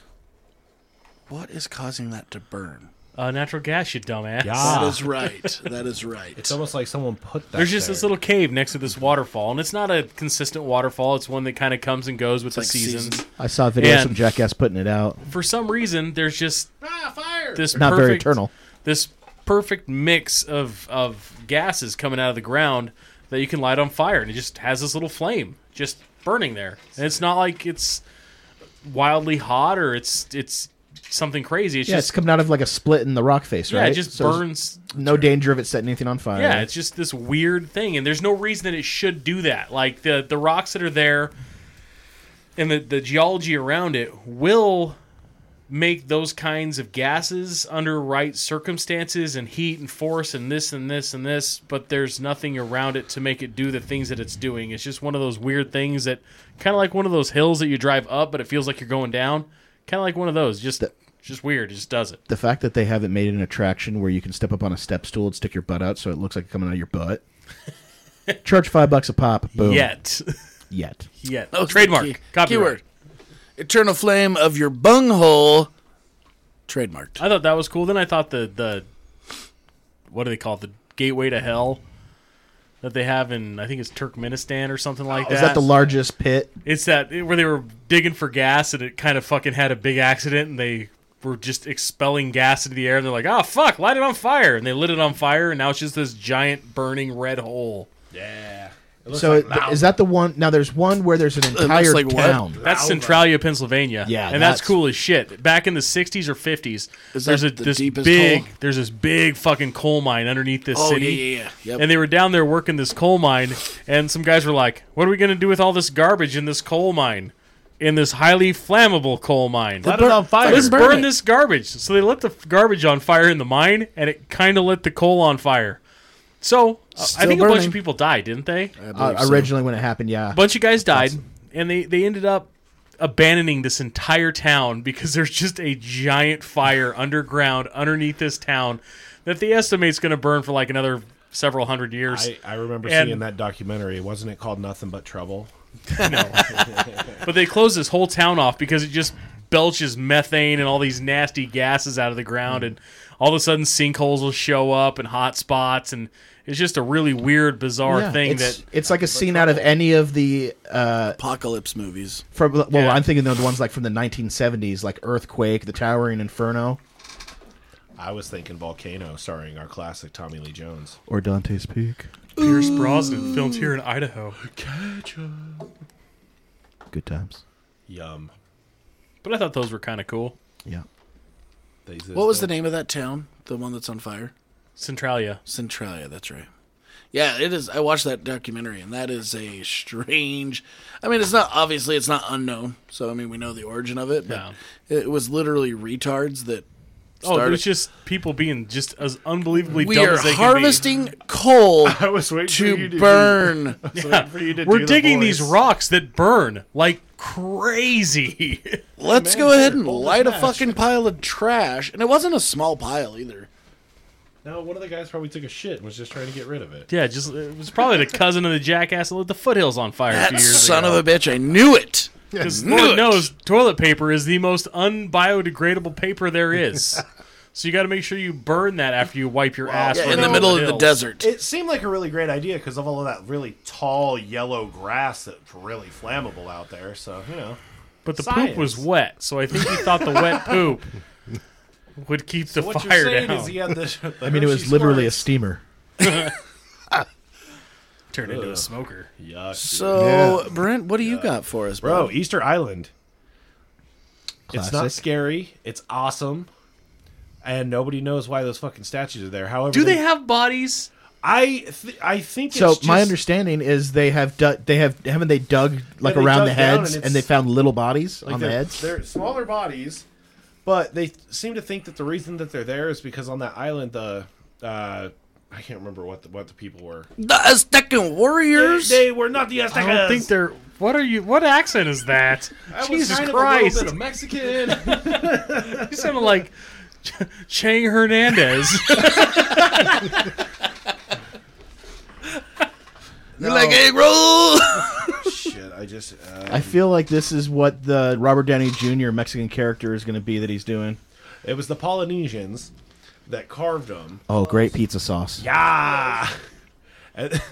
S1: what is causing that to burn?
S6: Uh, natural gas, you dumbass.
S2: Yeah. Ah.
S1: That is right. That is right.
S2: It's almost like someone put that.
S6: There's just
S2: there.
S6: this little cave next to this waterfall, and it's not a consistent waterfall. It's one that kind of comes and goes with the
S1: like
S6: seasons.
S1: seasons.
S5: I saw a video of
S6: And-
S5: some jackass putting it out.
S6: For some reason, there's just
S2: ah, fire.
S6: this
S5: Not
S6: perfect,
S5: very eternal.
S6: This perfect mix of of gases coming out of the ground that you can light on fire, and it just has this little flame just burning there. And it's not like it's wildly hot or it's it's something crazy. It's
S5: Yeah, it's
S6: just
S5: coming out of like a split in the rock face,
S6: yeah,
S5: right?
S6: it just
S5: So there's
S6: burns.
S5: No danger of it setting anything on
S1: Oh,
S5: fire.
S6: Yeah, it's just this weird thing, and there's no reason that it should do that. Like the the rocks that are there, and the the geology around it will make those kinds of gases under right circumstances and heat and force and this and this and this but there's nothing around it to make it do the things that it's doing it's just one of those weird things that kind of like one of those hills that you drive up but it feels like you're going down kind of like one of those just just weird it just does it
S5: the fact that they haven't made an attraction where you can step up on a step stool and stick your butt out so it looks like it's coming out of your butt. Charge five bucks a pop. Boom.
S6: yet
S5: Yet.
S6: yet
S1: That was the
S6: trademark
S1: key-
S6: copyright
S1: keyword. Eternal Flame of your bunghole. Trademarked.
S6: I thought that was cool. Then I thought the the what do they call it? The gateway to hell that they have in I think it's Turkmenistan or something like that.
S5: Is that the largest pit?
S6: it's that where they were digging for gas and it kind of fucking had a big accident and they were just expelling gas into the air and they're like, oh fuck, light it on fire and they lit it on fire and now it's just this giant burning red hole.
S2: Yeah.
S5: So it- is that the one? Now there's one where there's an entire
S1: like what?
S5: town.
S6: That's Centralia, Pennsylvania.
S5: Yeah,
S6: and that's,
S5: that's-
S6: cool as shit. Back in the '60s or '50s,
S1: Is
S6: there's a
S1: that the
S6: this
S1: deepest
S6: big,
S1: hole?
S6: there's this big fucking coal mine underneath this
S1: Oh
S6: city.
S1: yeah, yeah, yeah. Yep.
S6: and they were down there working this coal mine and some guys were like what are we going to do with all this garbage in this coal mine in this highly flammable coal mine
S2: Light it on fire.
S6: let's burn,
S1: burn it."
S6: this garbage so they lit the f- garbage on fire in the mine and it kind of lit the coal on fire so uh, i
S1: Still
S6: think a bunch
S1: burning.
S6: of people died didn't they a
S1: I
S5: Uh,
S1: believe so.
S5: originally, when it happened, yeah.
S6: bunch of guys died and they, they ended up abandoning this entire town because there's just a giant fire underground underneath this town that the estimate's going to burn for like another several hundred years
S2: I, I remember
S6: And-
S2: seeing that documentary. Wasn't it called Nothing But Trouble?
S6: But they closed this whole town off because it just belches methane and all these nasty gases out of the
S5: Hmm.
S6: ground, and all of a sudden sinkholes will show up and hot spots, and it's just a really weird, bizarre
S5: Yeah,
S6: thing
S5: it's,
S6: that
S5: it's like a scene out of any of the uh,
S1: apocalypse movies.
S5: from well
S6: Yeah.
S5: i'm thinking of the ones like from the 1970s like earthquake the towering inferno
S2: I was thinking Volcano, starring our classic Tommy Lee Jones.
S7: Or Dante's Peak?
S6: Pierce Brosnan filmed here in Idaho.
S7: Good times.
S2: Yum.
S6: But I thought those were kind of cool.
S7: Yeah.
S1: What was the name of that town? The one that's on fire?
S6: Centralia.
S1: Centralia, that's right. Yeah, it is. I watched that documentary, and that is a strange. I mean, it's not obviously it's not unknown, so I mean we know the origin of it, but it was literally retards that.
S6: Oh, it
S1: started-
S6: was just people being just as unbelievably
S1: we
S6: dumb
S1: are
S6: as they
S1: harvesting coal
S2: I was waiting for you
S1: to
S2: to
S1: burn.
S2: Do, I was waiting for you to
S6: can be. We're
S2: do the
S6: digging
S2: voice.
S6: these rocks that burn like crazy.
S1: Let's go ahead and light a fucking pile of trash, and it wasn't a small pile either.
S2: No, one of the guys probably took a shit and was just trying to get rid of it.
S6: yeah, just it was probably the cousin of the jackass that lit the foothills on fire. a few
S1: That
S6: years
S1: son
S6: ago.
S1: of a bitch! I knew it.
S6: Because
S1: Knew
S6: Lord
S1: it.
S6: knows toilet paper is the most unbiodegradable paper there is. so you got to make sure you burn that after you wipe your ass
S1: Yeah,
S6: running
S1: in the
S6: down
S1: middle of the
S6: hills.
S1: desert.
S2: It seemed like a really great idea because of all of that really tall yellow grass that's really flammable out there. So you know,
S6: But the
S2: Science.
S6: poop was wet, so I think he thought the wet poop would keep the
S2: what you're
S6: fire
S2: saying
S6: down.
S2: is he had this.
S5: i mean it was literally a steamer
S6: Turn into a smoker.
S1: So, Brent, what do you got for us, bro?
S2: bro. Easter Island. It's not
S5: Classic.
S2: scary. It's awesome. And nobody knows why those fucking statues are there. However,
S6: Do they have bodies?
S2: I th- I think
S5: so
S2: it's
S5: my
S2: just-
S5: understanding is they have du- they have haven't they dug like
S2: they
S5: around
S2: dug
S5: the
S2: down
S5: heads
S2: and
S5: and,
S2: it's-
S5: they found little bodies
S2: Like
S5: on the
S2: they're,
S5: heads
S2: They're smaller bodies, But they seem to think that the reason that they're there is because on that island, the uh, I can't remember what the, what the people were.
S1: The Aztecan
S2: They,
S1: warriors.
S2: they were not the
S6: I
S2: Aztecas.
S6: don't think they're. What are you? What accent is that?
S2: I was
S6: Jesus
S2: kind
S6: Christ!
S2: of a little bit of Mexican.
S6: you sounded like Ch- Chang Hernandez.
S1: You're like egg roll.
S2: Shit, I just uh,
S5: I feel like this is what the Robert Downey Jr. Mexican character is going to be that he's doing.
S2: it was the Polynesians that carved them.
S5: Oh, great pizza sauce.
S2: Yeah. And-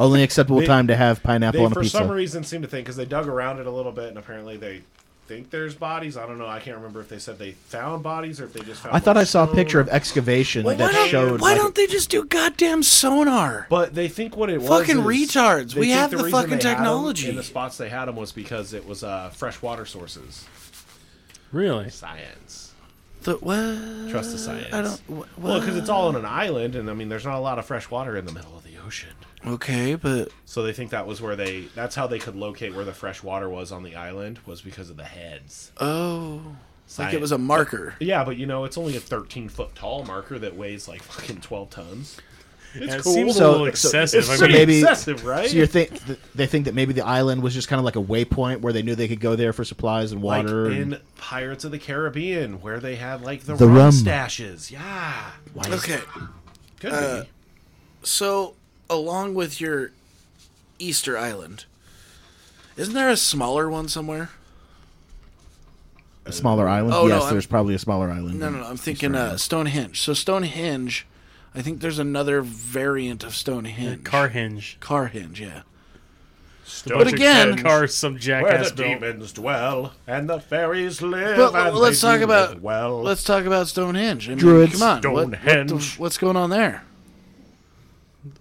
S5: Only acceptable
S2: They-
S5: time to have pineapple
S2: they
S5: on a
S2: for
S5: pizza.
S2: some reason seem to think because they dug around it a little bit and apparently they think there's bodies i don't know i can't remember if they said they found bodies or if they just found
S5: I thought I saw a
S2: stone.
S5: picture of excavation
S1: why
S5: that
S1: don't,
S5: showed.
S1: why
S5: like-
S1: don't they just do goddamn sonar?
S2: but they think what it was
S1: Fucking
S2: is
S1: retards.
S2: they
S1: We
S2: think
S1: have the
S2: reason
S1: fucking
S2: they had 'em
S1: technology.
S2: in the spots they had them was because it was uh fresh water sources
S6: really?
S2: science
S1: The, what?
S2: trust the science
S1: I don't. wh-
S2: well because
S1: what?
S2: it's all on an island and i mean there's not a lot of fresh water in the middle of the ocean
S1: Okay, but
S2: so they think that was where they that's how they could locate where the fresh water was on the island was because of the heads
S1: oh, like it
S2: Science.
S1: was a marker.
S2: Yeah, but you know, it's only a 13 foot tall marker that weighs like fucking 12 tons. It's
S6: Yeah, it
S2: cool.
S6: seems
S5: So-
S6: a little
S5: so-
S6: excessive.
S2: it's
S6: I
S2: so
S6: mean,
S5: maybe-
S2: excessive, right?
S5: So you think th- they think that maybe the island was just kind of like a waypoint where they knew they could go there for supplies and
S2: like
S5: water. and-
S2: in Pirates of the Caribbean, where they had like the,
S7: The
S2: rum,
S7: rum.
S2: stashes. Yeah.
S1: Okay,
S2: Could be.
S1: so along with your Easter Island, isn't there a smaller one somewhere?
S5: a smaller island.
S1: oh, no,
S5: yes,
S1: I'm-
S5: there's probably a smaller island.
S1: No, no, no. I'm thinking uh, Stonehenge. So Stonehenge, I think there's another variant of Stonehenge.
S6: car hinge.
S1: Carhenge, yeah.
S6: Bunch of
S1: again-
S6: cars some
S2: Where
S6: jackass
S2: the
S6: built.
S2: demons dwell and the fairies live.
S1: But
S2: and
S1: let's
S2: they
S1: talk
S2: do
S1: about
S2: live well.
S1: let's talk about Stonehenge. I mean,
S7: Druids.
S1: come on, what- what the-
S2: Stonehenge.
S1: what's going on there?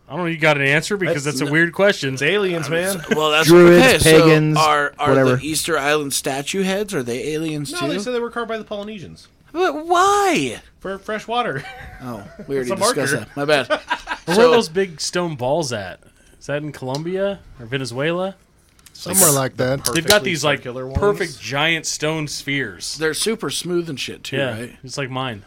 S6: I don't know. You got an answer because
S2: That's
S6: that's, a weird question.
S2: It's aliens, man.
S1: Well, that's
S5: Druids,
S1: okay,
S5: pagans,
S1: So are are
S5: whatever.
S1: the Easter Island statue heads? Are they aliens
S2: No,
S1: too?
S2: they said they were carved by the Polynesians
S1: but why?
S2: for fresh water.
S1: Oh, we already
S2: a marker.
S1: discussed that. My bad.
S6: Where
S1: So-
S6: are those big stone balls at? Is that in Colombia or Venezuela?
S3: Somewhere like that.
S6: They've got
S2: Perfectly
S6: these like
S2: circular ones.
S6: perfect giant stone spheres.
S1: They're super smooth and shit too,
S6: Yeah,
S1: right?
S6: it's like mine.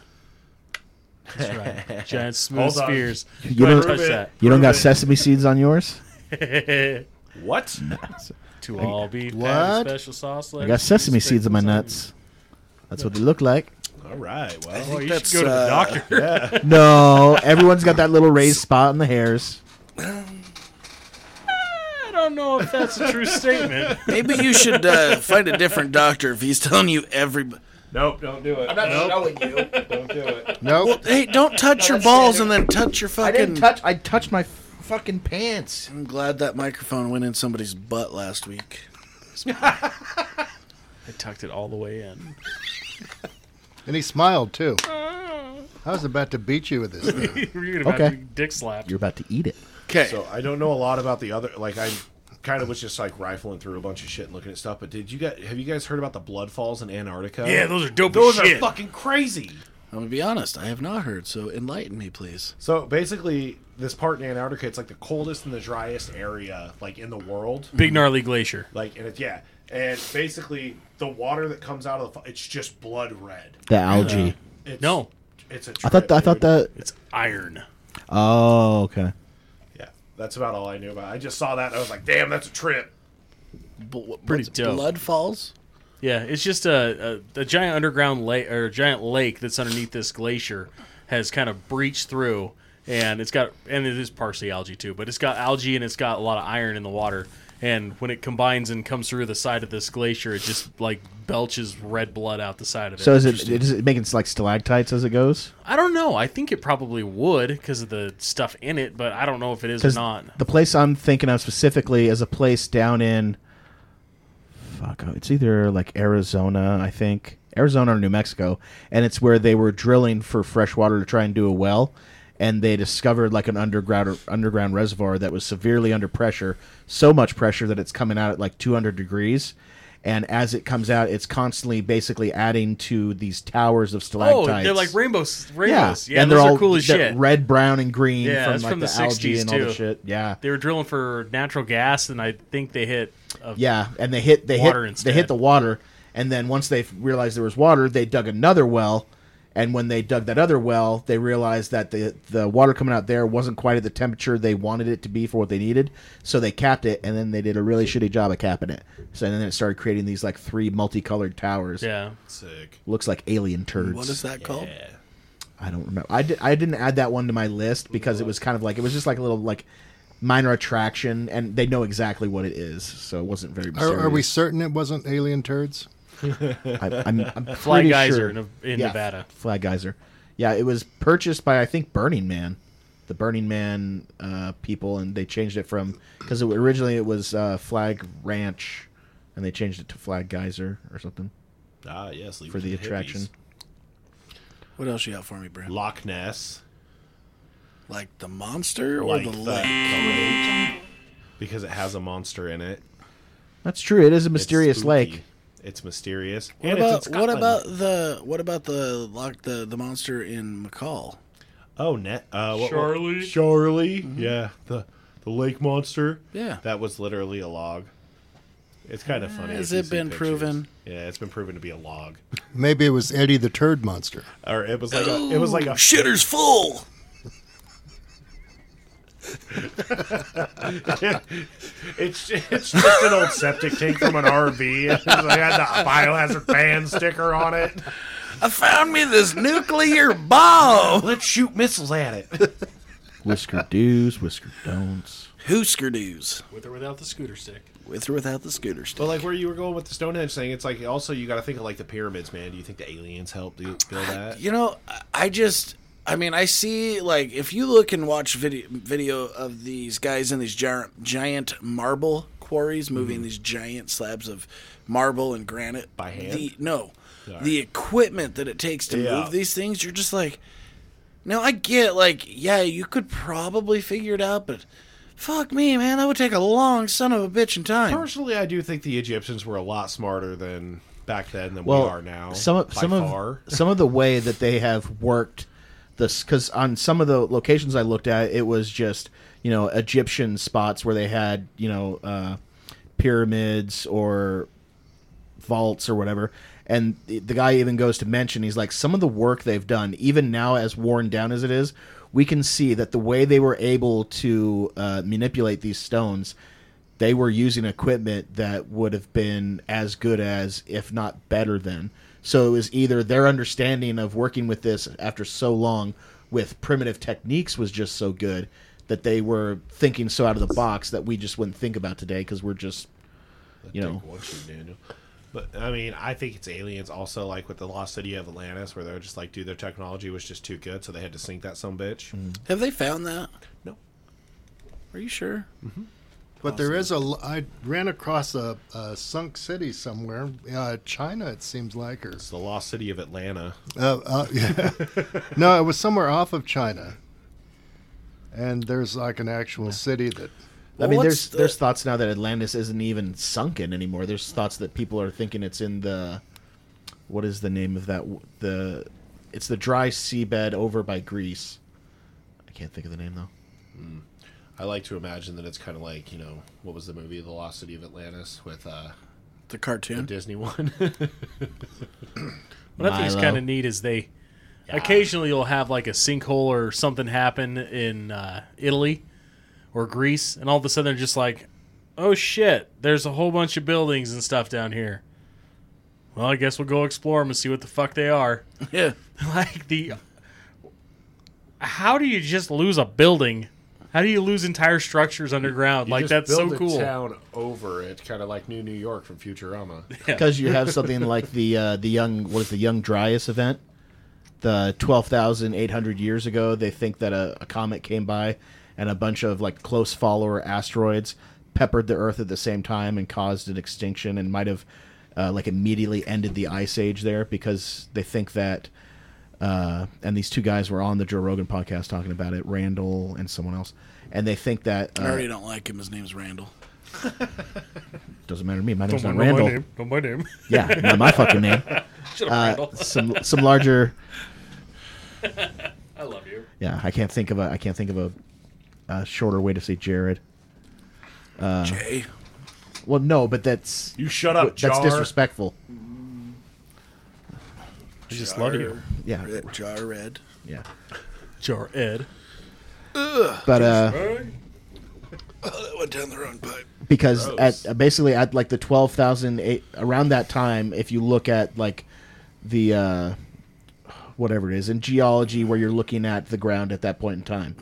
S6: That's right. Giant smooth
S2: Hold on.
S6: spheres.
S7: You
S6: Don't
S7: don't,
S6: touch
S2: Prove it.
S6: that.
S7: you don't got
S2: Prove it.
S7: sesame seeds on yours?
S2: What?
S6: To all be
S3: What?
S6: special sauce.
S7: I got sesame seeds in my nuts. That's what they look like.
S2: All right. Well,
S6: Oh, you
S1: That's,
S6: should go to the
S1: uh,
S6: doctor.
S7: No, everyone's got that little raised spot on the hairs.
S6: I don't know Oh, if that's a true statement.
S1: Maybe you should uh, find a different doctor if he's telling you every.
S2: nope. Don't do it. I'm not nope. showing you. Don't do it.
S3: Nope.
S1: Hey, don't touch your balls and then touch your fucking.
S5: I touched my fucking pants.
S1: I'm glad that microphone went in somebody's butt last week.
S6: I tucked it all the way in.
S3: And he smiled too. I was about to beat you with this thing.
S6: You're about to
S7: Okay.
S6: be dick slapped.
S7: You're about to eat it.
S1: Okay.
S2: So I don't know a lot about the other. Like I kind of was just like rifling through a bunch of shit and looking at stuff. But did you guys have you guys heard about the blood falls in Antarctica?
S6: Yeah, those are dope
S2: those
S6: as shit.
S2: are fucking crazy.
S1: I'm gonna be honest. I have not heard. So enlighten me, please.
S2: So basically, this part in Antarctica, it's like the coldest and the driest area like in the world.
S6: Big gnarly glacier.
S2: Like and it yeah, and basically the water that comes out of the fu- it's just blood red.
S7: The algae.
S2: It's,
S6: No,
S2: it's a
S7: I thought.
S2: trip,
S7: I thought
S2: dude.
S7: that.
S6: it's iron.
S7: Oh, okay.
S2: Yeah, that's about all I knew about. it. I just saw that and I was like, damn, that's a trip.
S1: B- what-
S6: Pretty
S1: what's
S6: dope.
S1: Blood falls.
S6: Yeah, it's just a, a, a giant underground lake or a giant lake that's underneath this glacier has kind of breached through, and it's got and it is partially algae too, but it's got algae and it's got a lot of iron in the water, and when it combines and comes through the side of this glacier, it just like belches red blood out the side of it.
S5: So is it, is it making like stalactites as it goes?
S6: I don't know. I think it probably would because of the stuff in it, but I don't know if it is or
S5: Because
S6: not.
S5: the place I'm thinking of specifically is a place down in. Fuck, oh, it's either like Arizona, I think, Arizona or New Mexico, and it's where they were drilling for fresh water to try and do a well, and they discovered like an underground underground reservoir that was severely under pressure, so much pressure that it's coming out at like 200 degrees. And as it comes out, it's constantly basically adding to these towers of
S6: Oh,
S5: stalactites.
S6: they're like rainbows. Rainbows. Yeah,
S5: and
S6: those
S5: they're
S6: are
S5: all
S6: cool as
S5: that
S6: shit.
S5: Red, brown, and green
S6: Yeah,
S5: from
S6: that's
S5: like
S6: from
S5: the,
S6: the
S5: algae
S6: 60s
S5: and all the
S6: too.
S5: shit. Yeah,
S6: They were drilling for natural gas, and I think they hit. uh, A
S5: yeah, and they hit they
S6: Water
S5: hit
S6: instead.
S5: they hit the water, And then once they realized there was water, they dug another well. And when they dug that other well, they realized that the the water coming out there wasn't quite at the temperature they wanted it to be for what they needed. So they capped it, and then they did a really shitty job of capping it. So and then it started creating these like three multicolored towers.
S6: Yeah.
S2: Sick.
S5: looks like alien turds.
S1: What is that called?
S5: I don't remember. I, did, I didn't add that one to my list because it was kind of like it was just like a little like minor attraction, and they know exactly what it is, so it wasn't very.
S3: Are, are we
S5: mysterious.
S3: certain it wasn't alien turds?
S5: I, I'm, I'm
S6: Fly
S5: pretty
S6: Geyser
S5: sure.
S6: in, in
S5: Yeah,
S6: Nevada.
S5: Fly Geyser. Yeah, it was purchased by I think Burning Man, the Burning Man uh, people, and they changed it from because it, originally it was uh, Flag Ranch, and they changed it to Flag Geyser or something
S2: Ah, yes. leave
S5: for
S2: it to
S5: the attraction.
S2: hippies.
S1: What else you got for me, Brent?
S2: Loch Ness.
S1: Like the monster or
S2: Like
S1: the
S2: the-
S1: lake?
S2: Because it has a monster in it. It's
S5: That's true. It is a mysterious
S2: spooky.
S5: lake.
S2: It's mysterious.
S1: What
S2: and it's in
S1: about what
S2: Scotland.
S1: about the what about the like the the monster in McCall?
S2: Oh, net. Uh, what,
S6: Charlie?
S2: What, Charlie. Yeah, the the lake monster.
S1: Mm-hmm. Yeah.
S2: that was literally a log. It's kind of funny.
S1: Has
S2: if you
S1: it
S2: see
S1: been
S2: pictures.
S1: proven?
S2: Yeah, it's been proven to be a log,
S3: Maybe it was Eddie the Turd Monster.
S2: or it was like a, it was like a
S1: Shitter's full.
S2: It's it's just an old septic tank from an RV. It had the biohazard fan sticker on it.
S1: I found me this nuclear bomb.
S2: Let's shoot missiles at it.
S5: Whisker do's, whisker don'ts.
S1: Hooskadoos.
S6: With or without the scooter stick.
S1: With or without the scooter stick.
S2: But like where you were going with the Stonehenge thing, it's like also you got to think of like the pyramids, man. Do you think the aliens helped do, build that?
S1: You know, I- I just I mean, I see like if you look and watch video video of these guys in these giant giant marble quarries moving these giant slabs of marble and granite
S2: Mm-hmm. By hand?
S1: The, no. The equipment that it takes to
S2: Yeah.
S1: move these things, you're just like Now I get like yeah, you could probably figure it out, but fuck me, man, that would take a long son of a bitch in time.
S2: Personally, I do think the Egyptians were a lot smarter than back then than
S5: Well,
S2: we are now.
S5: Some of
S2: by
S5: some
S2: far.
S5: of some of the way that they have worked this because on some of the locations I looked at, it was just you know Egyptian spots where they had you know uh, pyramids or vaults or whatever. And the the guy even goes to mention he's like some of the work they've done, even now as worn down as it is, we can see that the way they were able to uh, manipulate these stones, they were using equipment that would have been as good as, if not better than. So it was either their understanding of working with this after so long with primitive techniques was just so good that they were thinking so out of the box that we just wouldn't think about today because we're just, you know,
S2: Take one, shoot, Daniel. But I mean, I think it's aliens. Also, like with the lost city of Atlantis, where they're just like, dude, their technology was just too good, so they had to sink that some bitch.
S1: Have they found that?
S2: No.
S1: Are you sure?
S2: Mm.
S3: But there is a. l- I ran across a, a sunk city somewhere, uh, China, it seems like, or
S2: It's the lost city of Atlanta.
S3: uh, uh, yeah. no, it was somewhere off of China. And there's like an actual city that.
S5: I mean,
S1: Well,
S5: there's
S1: what's the-
S5: there's thoughts now that Atlantis isn't even sunken anymore. There's thoughts that people are thinking it's in the, what is the name of that w- the, it's the dry seabed over by Greece. I can't think of the name though.
S2: I like to imagine that it's kind of like you know what was the movie The Lost City of Atlantis with uh,
S1: The cartoon.
S2: Disney one.
S6: What I think is
S5: Milo.
S6: kind of neat is they occasionally you'll have like a sinkhole or something happen in uh, Italy or Greece, and all of a sudden they're just like, "Oh shit, there's a whole bunch of buildings and stuff down here." Well, I guess we'll go explore them and see what the fuck they are.
S1: Yeah.
S6: like the, how do you just lose a building? How do you lose entire structures underground? like that's so cool.
S2: Town over it, kind of like New New York from Futurama.
S5: Because you have something like the uh, the young what is the young Dryas event, the twelve thousand eight hundred years ago. They think that a, a comet came by, and a bunch of like close follower asteroids peppered the Earth at the same time and caused an extinction and might have uh, like immediately ended the ice age there because they think that. Uh, and these two guys were on the Joe Rogan podcast talking about it, Randall and someone else, and they think that
S1: I
S5: uh,
S1: already don't like him. His name's Randall.
S5: doesn't matter to me. My name's
S6: Don't
S5: not
S6: know my
S5: Randall.
S6: name. Don't know my name.
S5: Yeah, not my fucking name.
S6: Shut up,
S5: Uh,
S6: Randall.
S5: some some larger
S6: I love you.
S5: Yeah, I can't think of a I can't think of a, a shorter way to say Jared.
S1: Jay. Uh-huh.
S5: Well, no, but that's
S2: You shut up,
S5: that's
S2: Jar.
S5: disrespectful.
S6: I just love you.
S5: Yeah,
S1: Red, jar red.
S5: yeah.
S6: Jar Ed.
S5: But uh,
S1: Oh, that went down the wrong pipe.
S5: because
S2: gross.
S5: at uh, basically at like the twelve thousand eight around that time, if you look at like the uh, whatever it is in geology, where you're looking at the ground at that point in time,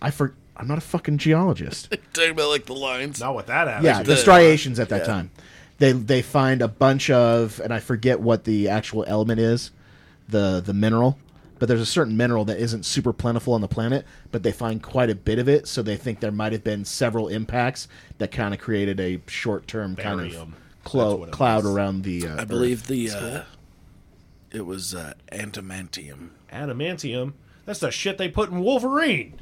S5: I for I'm not a fucking geologist.
S1: Talking about like the lines.
S2: Not with that attitude.
S5: yeah, the, striations at that time. They they find a bunch of and I forget what the actual element is, the the mineral, but there's a certain mineral that isn't super plentiful on the planet, but they find quite a bit of it, so they think there might have been several impacts that kind of created a short-term kind of
S2: Barium. That's
S5: clo-
S2: what it
S5: cloud
S2: was.
S5: around the uh,
S1: I believe the uh, it was uh, antimantium.
S2: Adamantium. That's the shit they put in Wolverine.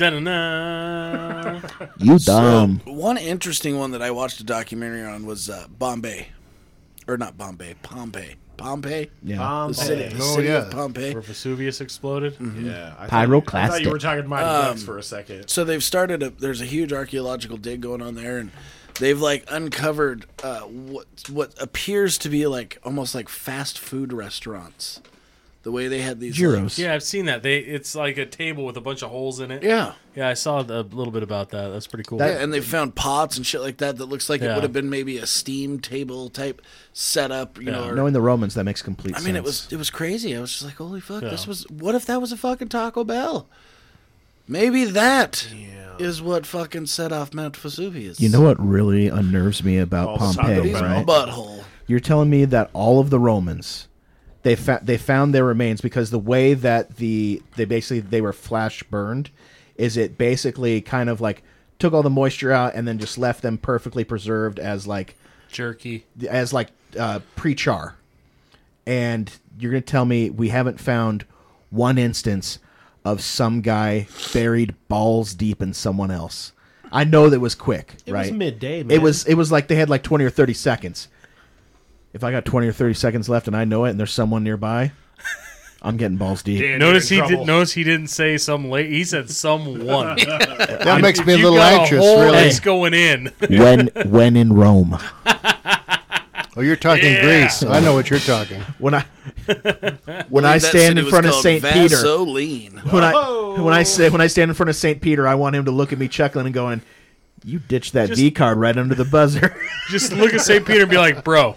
S6: Da-na-na.
S4: You dumb.
S1: One interesting one that I watched a documentary on was uh, Bombay, or not Bombay, Pompeii. Pompeii,
S5: Yeah.
S2: Um,
S1: the city, the
S3: Oh,
S1: city
S3: yeah.
S1: of Pompeii.
S6: Where Vesuvius exploded.
S2: Yeah, I
S4: Pyroclastic.
S2: Thought, I thought you were talking Mighty
S6: Um,
S2: Ducks for a second.
S1: So they've started a. There's a huge archaeological dig going on there, and they've like uncovered uh, what what appears to be like almost like fast food restaurants. The way they had these like-
S6: Yeah, I've seen that. They it's like a table with a bunch of holes in it.
S1: yeah.
S6: Yeah, I saw a little bit about that. That's pretty cool.
S1: Yeah, and they found pots and shit like that that looks like it
S6: Yeah.
S1: would have been maybe a steam table type setup, you know.
S6: Yeah.
S1: Or,
S5: Knowing the Romans, that makes complete
S1: I
S5: sense.
S1: mean, it was it was crazy. I was just like, holy fuck, this
S6: Yeah.
S1: was. What if that was a fucking Taco Bell? Maybe that is what fucking set off Mount Vesuvius.
S7: You know what really unnerves me about
S2: All the Taco
S7: Pompeii,
S1: he's
S2: Bell.
S1: a
S7: right?
S1: butthole.
S5: You're telling me that all of the Romans they fa- they found their remains because the way that the they basically they were flash burned is it basically kind of like took all the moisture out and then just left them perfectly preserved as like
S6: Jerky.
S5: as like uh, pre-char. And you're going to tell me we haven't found one instance of some guy buried balls deep in someone else. I know that was quick,
S2: It
S5: right?
S2: was midday, man.
S5: It was it was like they had like 20 or 30 seconds. If I got 20 or 30 seconds left and I know it and there's someone nearby, I'm getting balls deep.
S2: Dan,
S6: Notice he
S2: you're in
S6: did.
S2: trouble.
S6: Notice he didn't say some late. He said someone.
S3: That makes me a
S6: You
S3: little
S6: got
S3: anxious,
S6: hole
S3: really.
S6: that's going in.
S5: When when in Rome.
S3: Oh, you're talking
S6: Yeah.
S3: Greece. I know what you're talking.
S5: When I when I stand in front of St. Peter.
S1: Vaseline.
S5: when I
S1: Oh.
S5: when I say when I stand in front of St. Peter, I want him to look at me chuckling and going, "You ditched that V card right under the buzzer."
S6: Just look at St. Peter and be like, bro.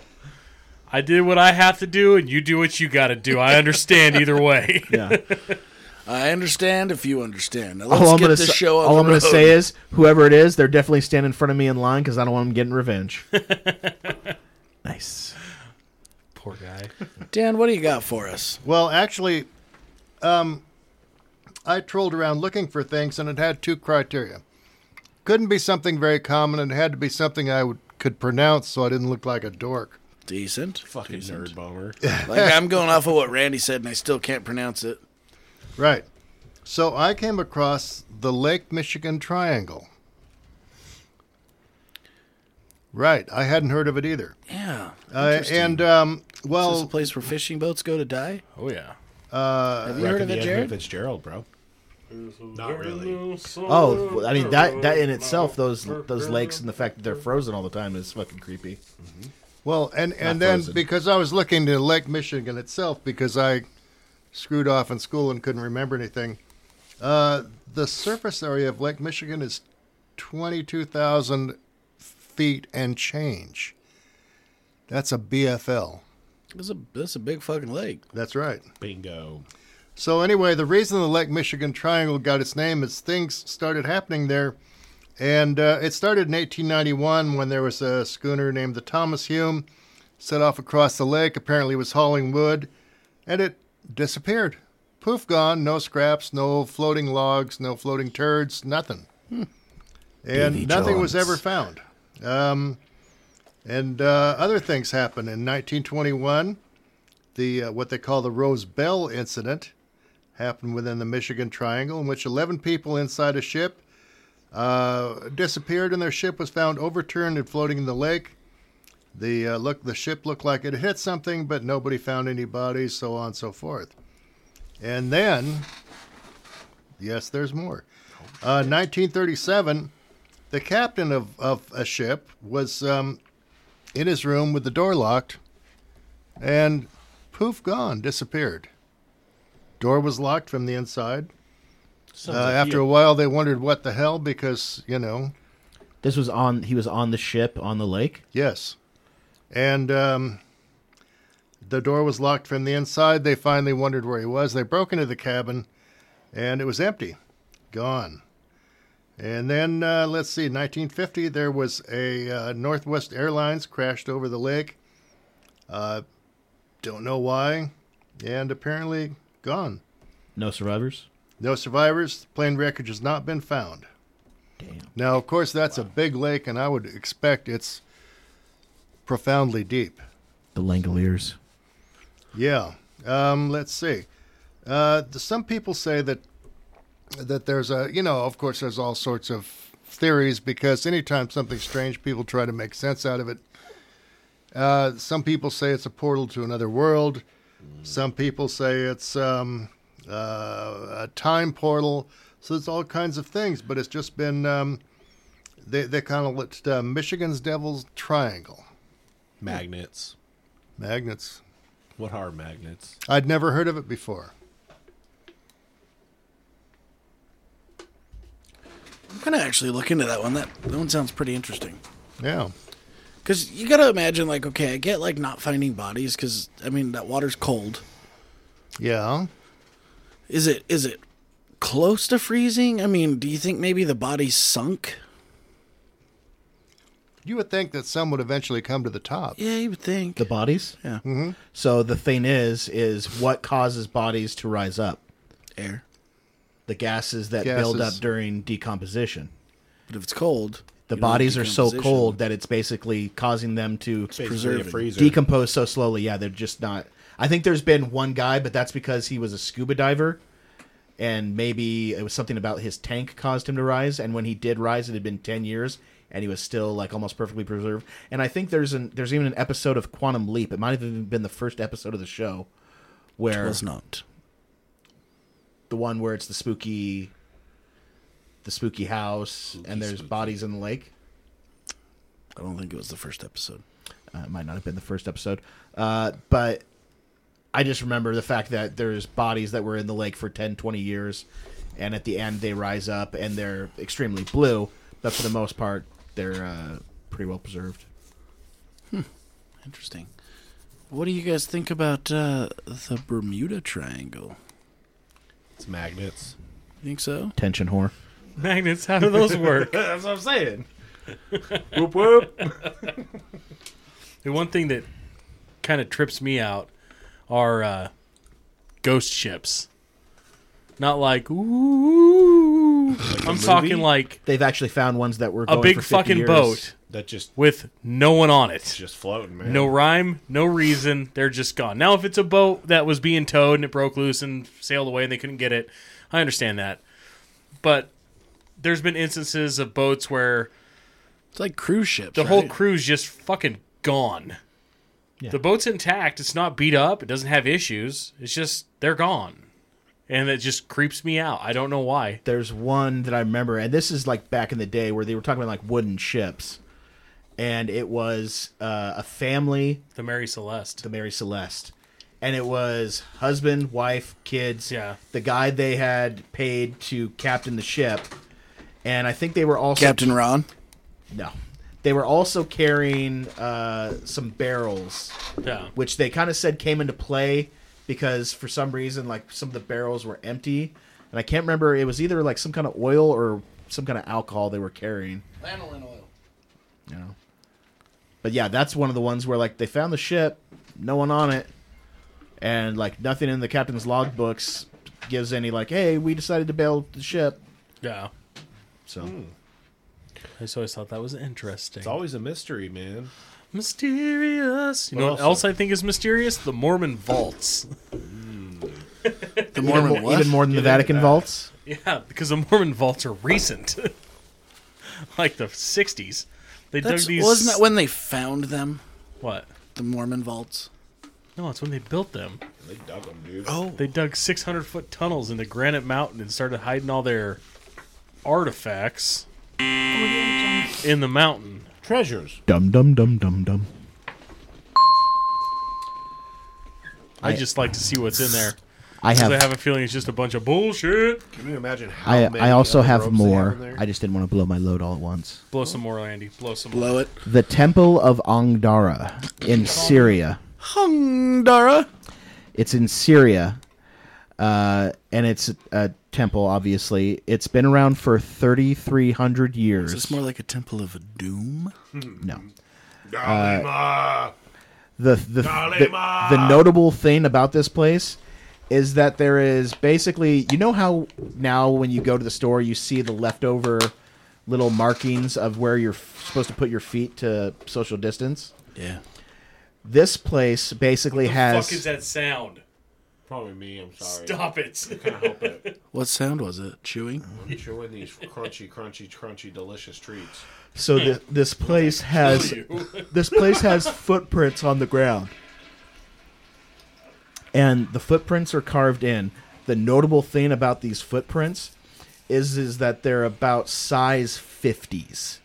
S6: I did what I have to do, and you do what you got to do. I understand either way.
S1: I understand if you understand. Now, let's
S5: all I'm
S1: get
S5: gonna
S1: this
S5: say,
S1: show on
S5: all
S1: the
S5: I'm gonna
S1: road.
S5: say is, whoever it is, they're definitely standing in front of me in line because I don't want them getting revenge. nice.
S6: Poor guy.
S1: Dan, what do you got for us?
S3: Well, actually, um, I trolled around looking for things, and it had two criteria. Couldn't be something very common, and it had to be something I would, could pronounce, so I didn't look like a dork.
S1: Decent.
S2: fucking nerd bomber.
S1: Like I'm going off of what Randy said, and I still can't pronounce it.
S3: Right. So I came across the Lake Michigan Triangle. Right. I hadn't heard of it either.
S1: Yeah.
S3: Uh, and um,
S1: Is this a
S3: well,
S1: place where fishing boats go to die?
S6: Oh, yeah.
S1: Have you
S2: Back
S1: heard
S2: in
S1: of
S2: the
S1: it,
S2: Edmund
S1: Jared?
S2: Fitzgererald, bro. Not really.
S5: Oh, I mean that that in itself, those those lakes and the fact that they're frozen all the time is fucking creepy.
S3: well, and and then
S5: frozen.
S3: because I was looking to Lake Michigan itself because I screwed off in school and couldn't remember anything. Uh, the surface area of Lake Michigan is twenty-two thousand feet and change. That's a BFL.
S1: That's a that's a big fucking lake.
S3: That's right.
S2: Bingo.
S3: So anyway, the reason the Lake Michigan Triangle got its name is things started happening there, and uh, it started in 1891 when there was a schooner named the Thomas Hume set off across the lake. Apparently, it was hauling wood, and it disappeared. Poof, gone. No scraps, no floating logs, no floating turds, nothing. And
S1: Davy
S3: nothing was
S1: Jones.
S3: ever found. Um, and uh, other things happened in 1921. The uh, what they call the Rose Bell incident happened within the Michigan Triangle, in which 11 people inside a ship uh, disappeared, and their ship was found overturned and floating in the lake. The uh, look, the ship looked like it hit something, but nobody found any bodies, so on and so forth. And then, yes, there's more. Uh, 1937, the captain of, of a ship was um, in his room with the door locked, and poof, gone, disappeared. Door was locked from the inside. Uh, after a while, they wondered what the hell because, you know,
S5: This was on. He was on the ship on the lake.
S3: Yes. And um, the door was locked from the inside. They finally wondered where he was. They broke into the cabin and it was empty, gone. And then, uh, let's see, 1950, there was a uh, Northwest Airlines crashed over the lake. Uh, don't know why. And apparently, gone.
S5: No survivors.
S3: No survivors. Plane wreckage has not been found. Damn. Now, of course, that's a big lake, and I would expect it's profoundly deep.
S5: The Langoliers.
S3: Yeah. Um, let's see. Uh, th- some people say that that there's a you know of course there's all sorts of theories because anytime something's strange people try to make sense out of it. Uh, some people say it's a portal to another world. Some people say it's um, uh, a time portal. So there's all kinds of things, but it's just been um, they they kind of let uh, Michigan's Devil's Triangle
S2: Magnets.
S3: magnets.
S2: What are magnets?
S3: I'd never heard of it before.
S1: I'm gonna actually look into that one. That that one sounds pretty interesting.
S3: Yeah.
S1: Because you gotta imagine, like, okay, I get like not finding bodies, because I mean that water's cold.
S3: Yeah.
S1: Is it is it close to freezing? I mean, do you think maybe the body sunk?
S3: You would think that some would eventually come to the top.
S1: Yeah, you would think.
S5: The bodies.
S1: yeah,
S5: So the thing is, is what causes bodies to rise up?
S1: air.
S5: The gases that build up
S3: Gases.
S5: during decomposition.
S1: But if it's cold,
S5: The
S1: you don't have
S5: bodies are so
S1: decomposition.
S5: cold that it's basically causing them to
S2: Basically a
S1: preserving.
S2: freezer.
S5: decompose so slowly. Yeah, they're just not. I think there's been one guy, but that's because he was a scuba diver, and maybe it was something about his tank caused him to rise. And when he did rise, it had been ten years, and he was still like almost perfectly preserved. And I think there's an there's even an episode of Quantum Leap. It might have even been the first episode of the show, where
S1: Let's not.
S5: the one where it's the spooky, the spooky house, and there's bodies in the lake.
S1: I don't think it was the first episode.
S5: uh, it might not have been the first episode, uh, but I just remember the fact that there's bodies that were in the lake for 10, 20 years, and at the end they rise up and they're extremely blue, but for the most part they're uh, pretty well preserved.
S1: Interesting. What do you guys think about uh, the Bermuda Triangle?
S2: It's magnets.
S1: You think so?
S5: Tension whore.
S6: Magnets, how do those work?
S2: That's what I'm saying. whoop whoop.
S6: the one thing that kind of trips me out are uh, ghost ships. Not like ooh. I'm talking like
S5: They've actually found ones that were
S6: a
S5: going for
S6: big
S5: 50
S6: fucking
S5: years.
S6: boat
S2: That just
S6: with no one on it.
S2: just floating, man.
S6: No rhyme, no reason. They're just gone. Now, if it's a boat that was being towed and it broke loose and sailed away and they couldn't get it, I understand that. But there's been instances of boats where
S1: It's like cruise ships.
S6: the whole
S1: right?
S6: crew's just fucking gone. The boat's intact. It's not beat up. It doesn't have issues. It's just they're gone. And it just creeps me out. I don't know why.
S5: there's one that I remember, and this is like back in the day where they were talking about like wooden ships, and it was uh, a family
S6: The Mary Celeste.
S5: the Mary Celeste. And it was husband, wife, kids.
S6: Yeah.
S5: The guy they had paid to captain the ship. And I think they were also
S1: Captain Ron.
S5: No. They were also carrying uh, some barrels,
S6: Yeah.
S5: which they kind of said came into play because for some reason, like some of the barrels were empty, and I can't remember. It was either like some kind of oil or some kind of alcohol they were carrying. You know. But yeah, that's one of the ones where like they found the ship, no one on it, and like nothing in the captain's log books gives any like, hey, we decided to bail the ship.
S6: Yeah.
S5: So
S6: I just always thought that was interesting.
S2: It's always a mystery, man.
S6: Mysterious. You know what
S2: else,
S6: else I think is mysterious? The Mormon vaults.
S1: The Mormon
S5: even,
S1: what?
S5: even more than the
S2: Get into
S5: Vatican
S2: that.
S5: vaults.
S6: yeah, because the Mormon vaults are recent, like the '60s. They
S1: That's,
S6: dug these.
S1: wasn't that when they found them?
S6: what?
S1: The Mormon vaults.
S6: No, it's when they built them.
S2: They dug them, dude.
S6: They dug 600 foot tunnels into Granite Mountain and started hiding all their artifacts in the mountain.
S2: Treasures.
S5: Dum dum dum dum dum.
S6: I just like to see what's in there.
S7: I
S6: 'Cause I
S7: have.
S6: have a feeling it's just a bunch of bullshit.
S2: Can you imagine how
S7: I,
S2: many
S7: I also
S2: other
S7: have
S2: ropes they
S7: more.
S2: in there?
S7: I just didn't want to blow my load all at once.
S6: Blow some more, Andy. Blow some more.
S1: Blow it.
S7: The Temple of Angdara in Syria.
S1: Hungdara.
S7: It's in Syria, uh, and it's a temple. Obviously, it's been around for thirty three hundred
S1: Is
S7: years.
S1: this more like a temple of doom?
S7: No,
S2: Dalima!
S7: the the, the
S2: Kalima!
S7: the notable thing about this place is that there is basically you know how now when you go to the store you see the leftover little markings of where you're f- supposed to put your feet to social distance.
S1: Yeah.
S7: This place basically has
S6: Fuck is that sound?
S2: Probably me. I'm sorry.
S6: Stop it.
S2: Can't help it.
S1: What sound was it? Chewing?
S2: I'm chewing these crunchy, crunchy, crunchy, delicious treats.
S7: so th- this place has
S6: You.
S7: this place has footprints on the ground. And the footprints are carved in. The notable thing about these footprints is is that they're about size 50s.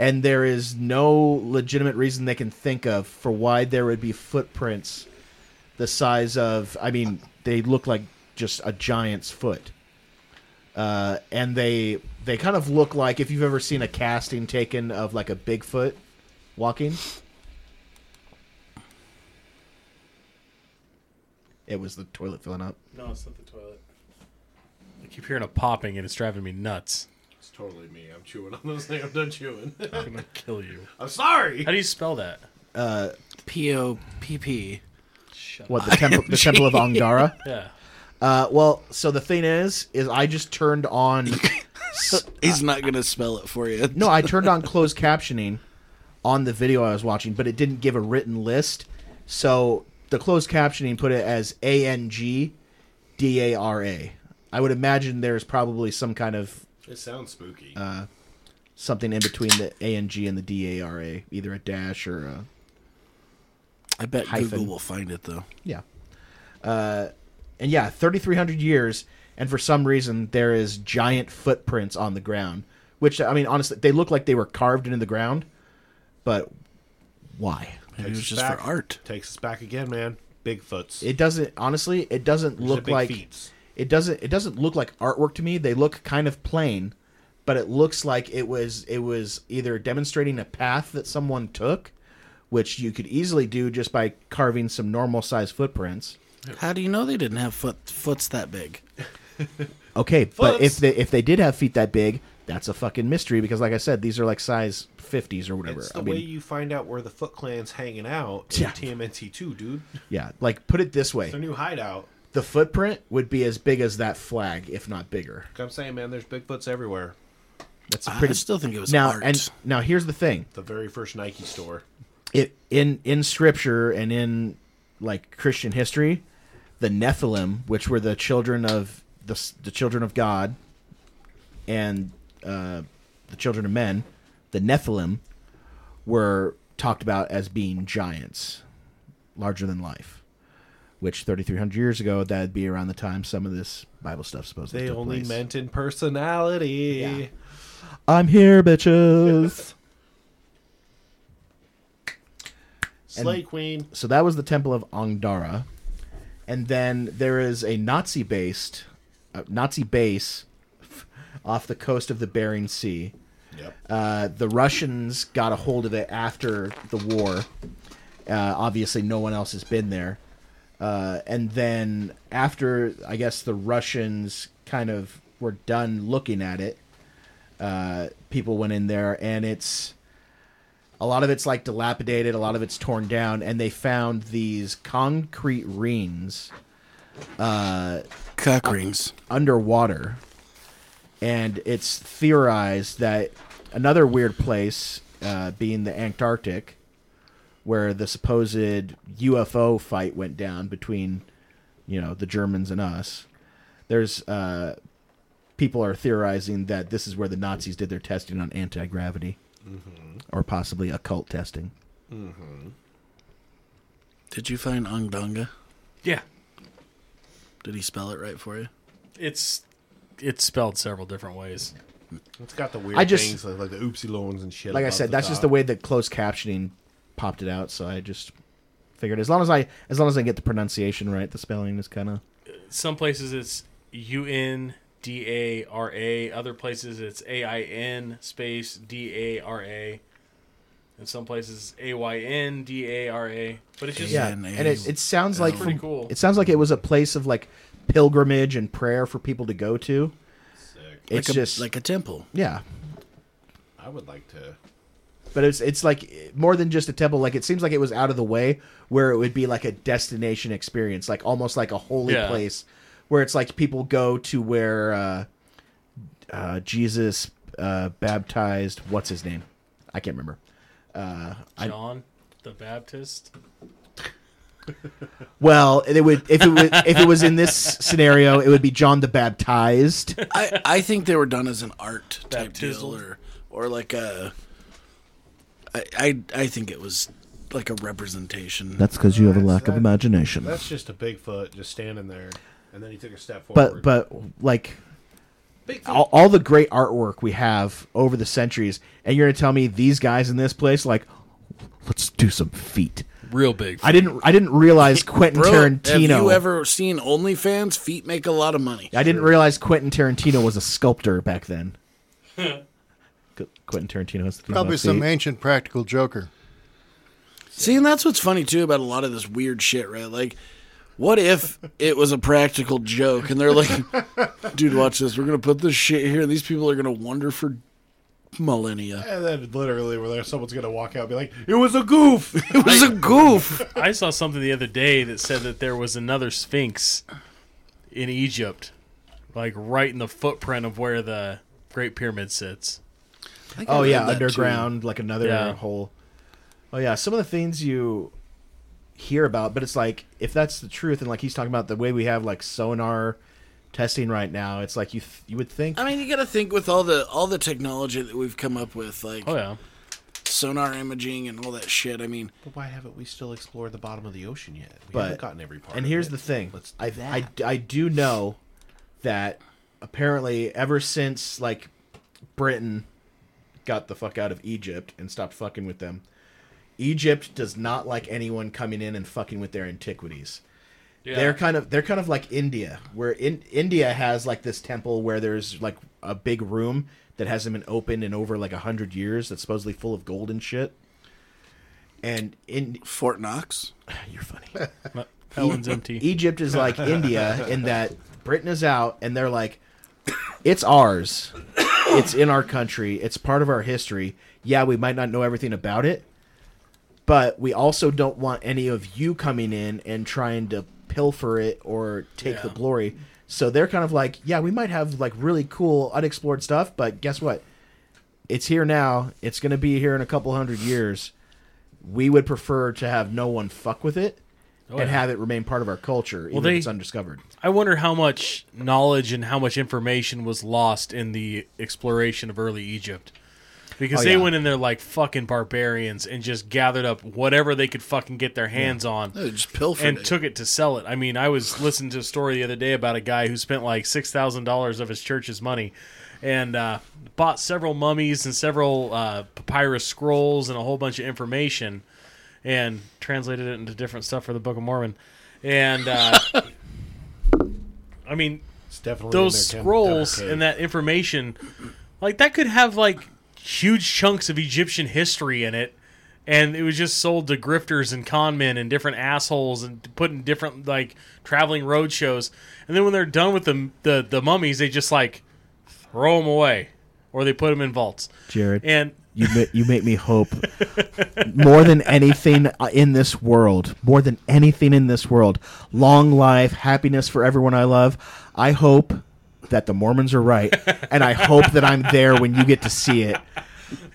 S7: And there is no legitimate reason they can think of for why there would be footprints the size of I mean, they look like just a giant's foot uh, and they they kind of look like if you've ever seen a casting taken of like a Bigfoot walking. It was the toilet filling up.
S6: No, it's not the toilet. I keep hearing a popping and it's driving me nuts.
S2: It's totally me. I'm chewing on those things. I'm done chewing.
S6: I'm gonna kill you.
S2: I'm sorry.
S6: How do you spell that?
S1: P O P P.
S7: What the temple the temple of Angdara?
S6: Yeah.
S7: Uh, well, so the thing is, is I just turned on. s-
S1: He's not gonna spell it for you.
S7: no, I turned on closed captioning on the video I was watching, but it didn't give a written list. So the closed captioning put it as A N G D A R A. I would imagine there's probably some kind of
S2: It sounds spooky.
S7: something in between the A and G and the D A R A, either a dash or a
S1: I bet Google
S7: hyphen.
S1: will find it though.
S7: yeah. Uh, and yeah, 3,300 years, and for some reason there is giant footprints on the ground. Which I mean, honestly, they look like they were carved into the ground, but why?
S1: Maybe it
S2: Takes
S1: was
S2: us
S1: just
S2: back-
S1: for art.
S2: Takes us back again, man. Bigfoots.
S7: It doesn't honestly. It doesn't
S2: These are
S7: look
S2: big
S7: like
S2: feats.
S7: it doesn't it doesn't look like artwork to me. They look kind of plain, but it looks like it was it was either demonstrating a path that someone took, which you could easily do just by carving some normal size footprints.
S1: How do you know they didn't have foot foots that big?
S7: Okay, but if
S2: Foots.
S7: they if they did have feet that big, that's a fucking mystery because like I said, these are like size 50s or whatever.
S2: It's the
S7: I mean,
S2: way you find out where the Foot Clan's hanging out in
S7: Yeah.
S2: TMNT 2, dude.
S7: yeah, like put it this
S2: Their
S7: way.
S2: new hideout.
S7: The footprint would be as big as that flag, if not bigger.
S2: I'm saying, man, there's Bigfoots everywhere.
S7: That's
S2: Ah,
S7: a
S1: I
S7: pretty
S1: still think it was
S7: Now
S1: art.
S7: and now here's the thing.
S2: The very first Nike store.
S7: it in in scripture and in like Christian history, the Nephilim, which were the children of the s- the children of God, and uh, the children of men, the Nephilim were talked about as being giants, larger than life. Which 3,300 years ago, that'd be around the time some of this Bible stuff supposedly
S2: They
S7: took
S2: only
S7: place.
S2: meant in personality.
S7: I'm here, bitches.
S2: Slay Queen.
S7: so that was the temple of Angdara, and then there is a Nazi-based uh, Nazi base f- off the coast of the Bering Sea.
S2: Yep.
S7: Uh, the Russians got a hold of it after the war. Uh, obviously, no one else has been there. Uh, and then after, I guess the Russians kind of were done looking at it. Uh, people went in there, and it's a lot of it's like dilapidated, a lot of it's torn down, and they found these concrete rings
S1: cock rings.
S7: underwater, and it's theorized that another weird place, uh, being the Antarctic, where the supposed UFO fight went down between, you know, the Germans and us. There's uh, people are theorizing that this is where the Nazis did their testing on anti gravity, or possibly occult testing.
S1: Did you find Ongdonga?
S6: Yeah.
S1: Did he spell it right for you?
S6: It's it's spelled several different ways.
S2: It's got the weird
S7: I just-
S2: things like, like the oopsie loans and shit.
S7: Like I
S2: above
S7: said,
S2: the
S7: that's just
S2: top.
S7: the way that closed captioning popped it out. So I just figured as long as I as long as I get the pronunciation right, the spelling is kind of
S6: Some places it's U N D A R A. Other places it's A I N space D A R A. In some places A Y N D A R A. But it's just
S7: yeah,
S1: and
S7: and,
S1: it's-
S7: it, it sounds like
S6: pretty cool.
S7: It sounds like it was a place of like pilgrimage and prayer for people to go to.
S1: Like
S7: It's
S1: a,
S7: just
S1: like a temple.
S7: yeah,
S2: I would like to.
S7: but it's it's like more than just a temple. Like it seems like it was out of the way where it would be like a destination experience, like almost like a holy
S6: Yeah.
S7: place where it's like people go to where uh, uh, Jesus uh, baptized. What's his name? I can't remember.
S6: John the Baptist.
S7: Well, it would if it was, if it was in this scenario, it would be John the Baptized.
S1: I, I think they were done as an art type deal
S6: Baptismal.
S1: or or like a I I, I think it was like a representation.
S7: That's because you have a lack of imagination.
S2: That's just a Bigfoot just standing there, and then he took a step forward.
S7: But but like
S2: Bigfoot.
S7: all, all the great artwork we have over the centuries, and you're gonna tell me these guys in this place like, let's do some feet.
S6: Real big.
S7: I didn't I didn't realize Quentin
S1: Bro,
S7: Tarantino.
S1: Have you ever seen OnlyFans? Feet make a lot of money.
S7: I didn't realize Quentin Tarantino was a sculptor back then. Qu- Quentin Tarantino has the female
S3: Probably some
S7: feet.
S3: ancient practical joker.
S1: See, and that's what's funny too about a lot of this weird shit, right? Like, what if it was a practical joke and they're like, dude, watch this. We're going to put this shit here. These people are going to wonder for millennia.
S2: and then literally, where there, someone's gonna walk out, and be like, "It was a goof."
S1: It was a goof.
S6: I saw something the other day that said that there was another Sphinx in Egypt, like right in the footprint of where the Great Pyramid sits.
S1: I think I
S7: Oh
S1: read that,
S7: yeah,
S1: too.
S7: underground, like another
S6: Yeah.
S7: hole. Oh yeah, some of the things you hear about, but it's like if that's the truth, and like he's talking about the way we have like sonar testing right now, it's like you th- you would think
S1: I mean, you got to think with all the all the technology that we've come up with, like
S6: Oh yeah,
S1: sonar imaging and all that shit. I mean,
S2: but why haven't we still explored the bottom of the ocean yet? We
S7: But-
S2: haven't gotten every part.
S7: And
S2: of
S7: here's
S2: it.
S7: the thing:
S2: Let's do
S7: I, I
S2: that.
S7: I do know that apparently ever since like Britain got the fuck out of Egypt and stopped fucking with them, Egypt does not like anyone coming in and fucking with their antiquities.
S6: yeah.
S7: They're kind of they're kind of like India, where in India has like this temple where there's like a big room that hasn't been opened in over like a hundred years that's supposedly full of gold and shit. And in
S1: Fort Knox.
S7: you're funny.
S6: that one's empty.
S7: Egypt is like India in that Britain is out and they're like, it's ours. It's in our country. It's part of our history. Yeah, we might not know everything about it, but we also don't want any of you coming in and trying to pilfer it or take the
S6: Yeah.
S7: glory. So they're kind of like, yeah, we might have like really cool unexplored stuff, but guess what? It's here now. It's going to be here in a couple hundred years. We would prefer to have no one fuck with it
S6: Oh,
S7: and
S6: yeah.
S7: have it remain part of our culture, even
S6: they-
S7: if it's undiscovered.
S6: I wonder how much knowledge and how much information was lost in the exploration of early Egypt. Because
S7: Oh,
S6: they
S7: yeah.
S6: went in there like fucking barbarians and just gathered up whatever they could fucking get their hands on.
S1: They just pilfered
S6: and
S1: it.
S6: took it to sell it. I mean, I was listening to a story the other day about a guy who spent like six thousand dollars of his church's money and uh, bought several mummies and several uh, papyrus scrolls and a whole bunch of information and translated it into different stuff for the Book of Mormon. And uh, I mean,
S2: It's definitely
S6: those
S2: in their
S6: scrolls
S2: temple
S6: and that information, like that could have like huge chunks of Egyptian history in it, and it was just sold to grifters and con men and different assholes and put in different like traveling road shows. And then when they're done with the the, the mummies, they just like throw them away or they put them in vaults.
S7: Jared,
S6: And
S7: you ma- you make me hope more than anything uh, in this world, more than anything in this world. Long life, happiness for everyone I love. I hope that the Mormons are right, and I hope that I'm there when you get to see it.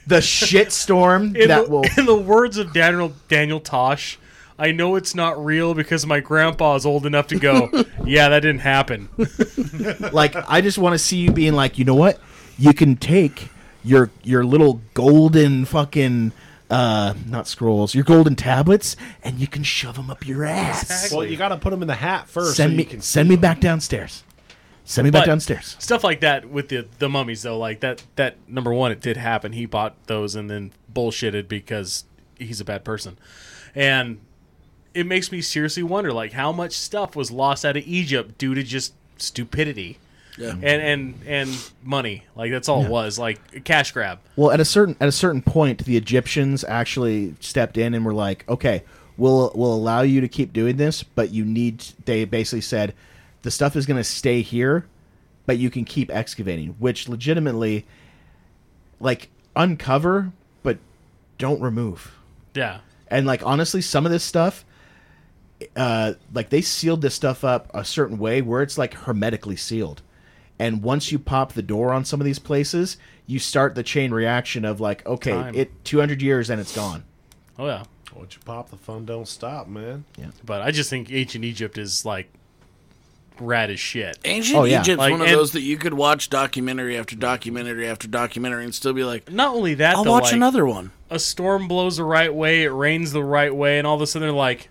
S7: The shitstorm
S6: in,
S7: that
S6: the,
S7: will
S6: in the words of Daniel Daniel Tosh. I know it's not real because my grandpa is old enough to go, yeah, that didn't happen.
S7: like I just want to see you being like, you know what? You can take your your little golden fucking uh not scrolls, your golden tablets, and you can shove them up your ass.
S2: Well, you got to put them in the hat first.
S7: Send
S2: so
S7: me
S2: You can
S7: send me back downstairs. Send me back
S6: But-
S7: downstairs.
S6: stuff like that with the the mummies though like that that number one it did happen he bought those and then bullshitted because he's a bad person and it makes me seriously wonder like how much stuff was lost out of Egypt due to just stupidity.
S1: Yeah.
S6: And and and money. Like that's all it was. Like a cash grab.
S7: Well, at a certain at a certain point, the Egyptians actually stepped in and were like, "Okay, we'll we'll allow you to keep doing this, but you need." They basically said, "The stuff is going to stay here, but you can keep excavating," which legitimately, like, uncover but don't remove.
S6: Yeah.
S7: And like honestly, some of this stuff, uh, like they sealed this stuff up a certain way where it's like hermetically sealed. And once you pop the door on some of these places, you start the chain reaction of like, okay,
S6: Time.
S7: it 200 years and it's gone.
S6: Oh yeah.
S2: Once you pop, the fun don't stop, man.
S6: But I just think ancient Egypt is like rad as shit.
S1: Ancient
S7: Oh, yeah.
S1: Egypt's
S6: Like,
S1: one of
S6: and-
S1: those that you could watch documentary after documentary after documentary and still be like,
S6: Not only that,
S1: I'll
S6: though,
S1: watch
S6: like,
S1: another one.
S6: A storm blows the right way, it rains the right way, and all of a sudden they're like,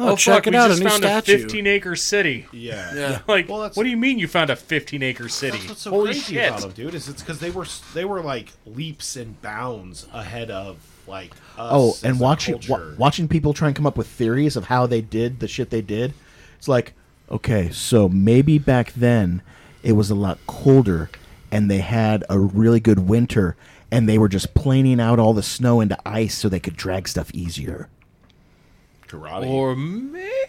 S1: Oh,
S6: "Oh,
S1: check
S6: fuck,
S1: it
S6: we
S1: out,
S6: just
S1: a new
S6: found
S1: statue.
S6: a 15 acre city."
S2: Yeah.
S1: yeah.
S6: Like,
S2: Well, that's-
S6: what do you mean you found a 15 acre city?
S2: That's what's so
S6: Holy
S2: crazy
S6: shit!
S2: about them, dude. Is it's because they were they were like leaps and bounds ahead of like us
S7: Oh,
S2: as
S7: and
S2: a
S7: watching
S2: culture.
S7: wa- watching people try and come up with theories of how they did the shit they did, it's like, okay, so maybe back then it was a lot colder and they had a really good winter and they were just planing out all the snow into ice so they could drag stuff easier.
S2: karate.
S6: Or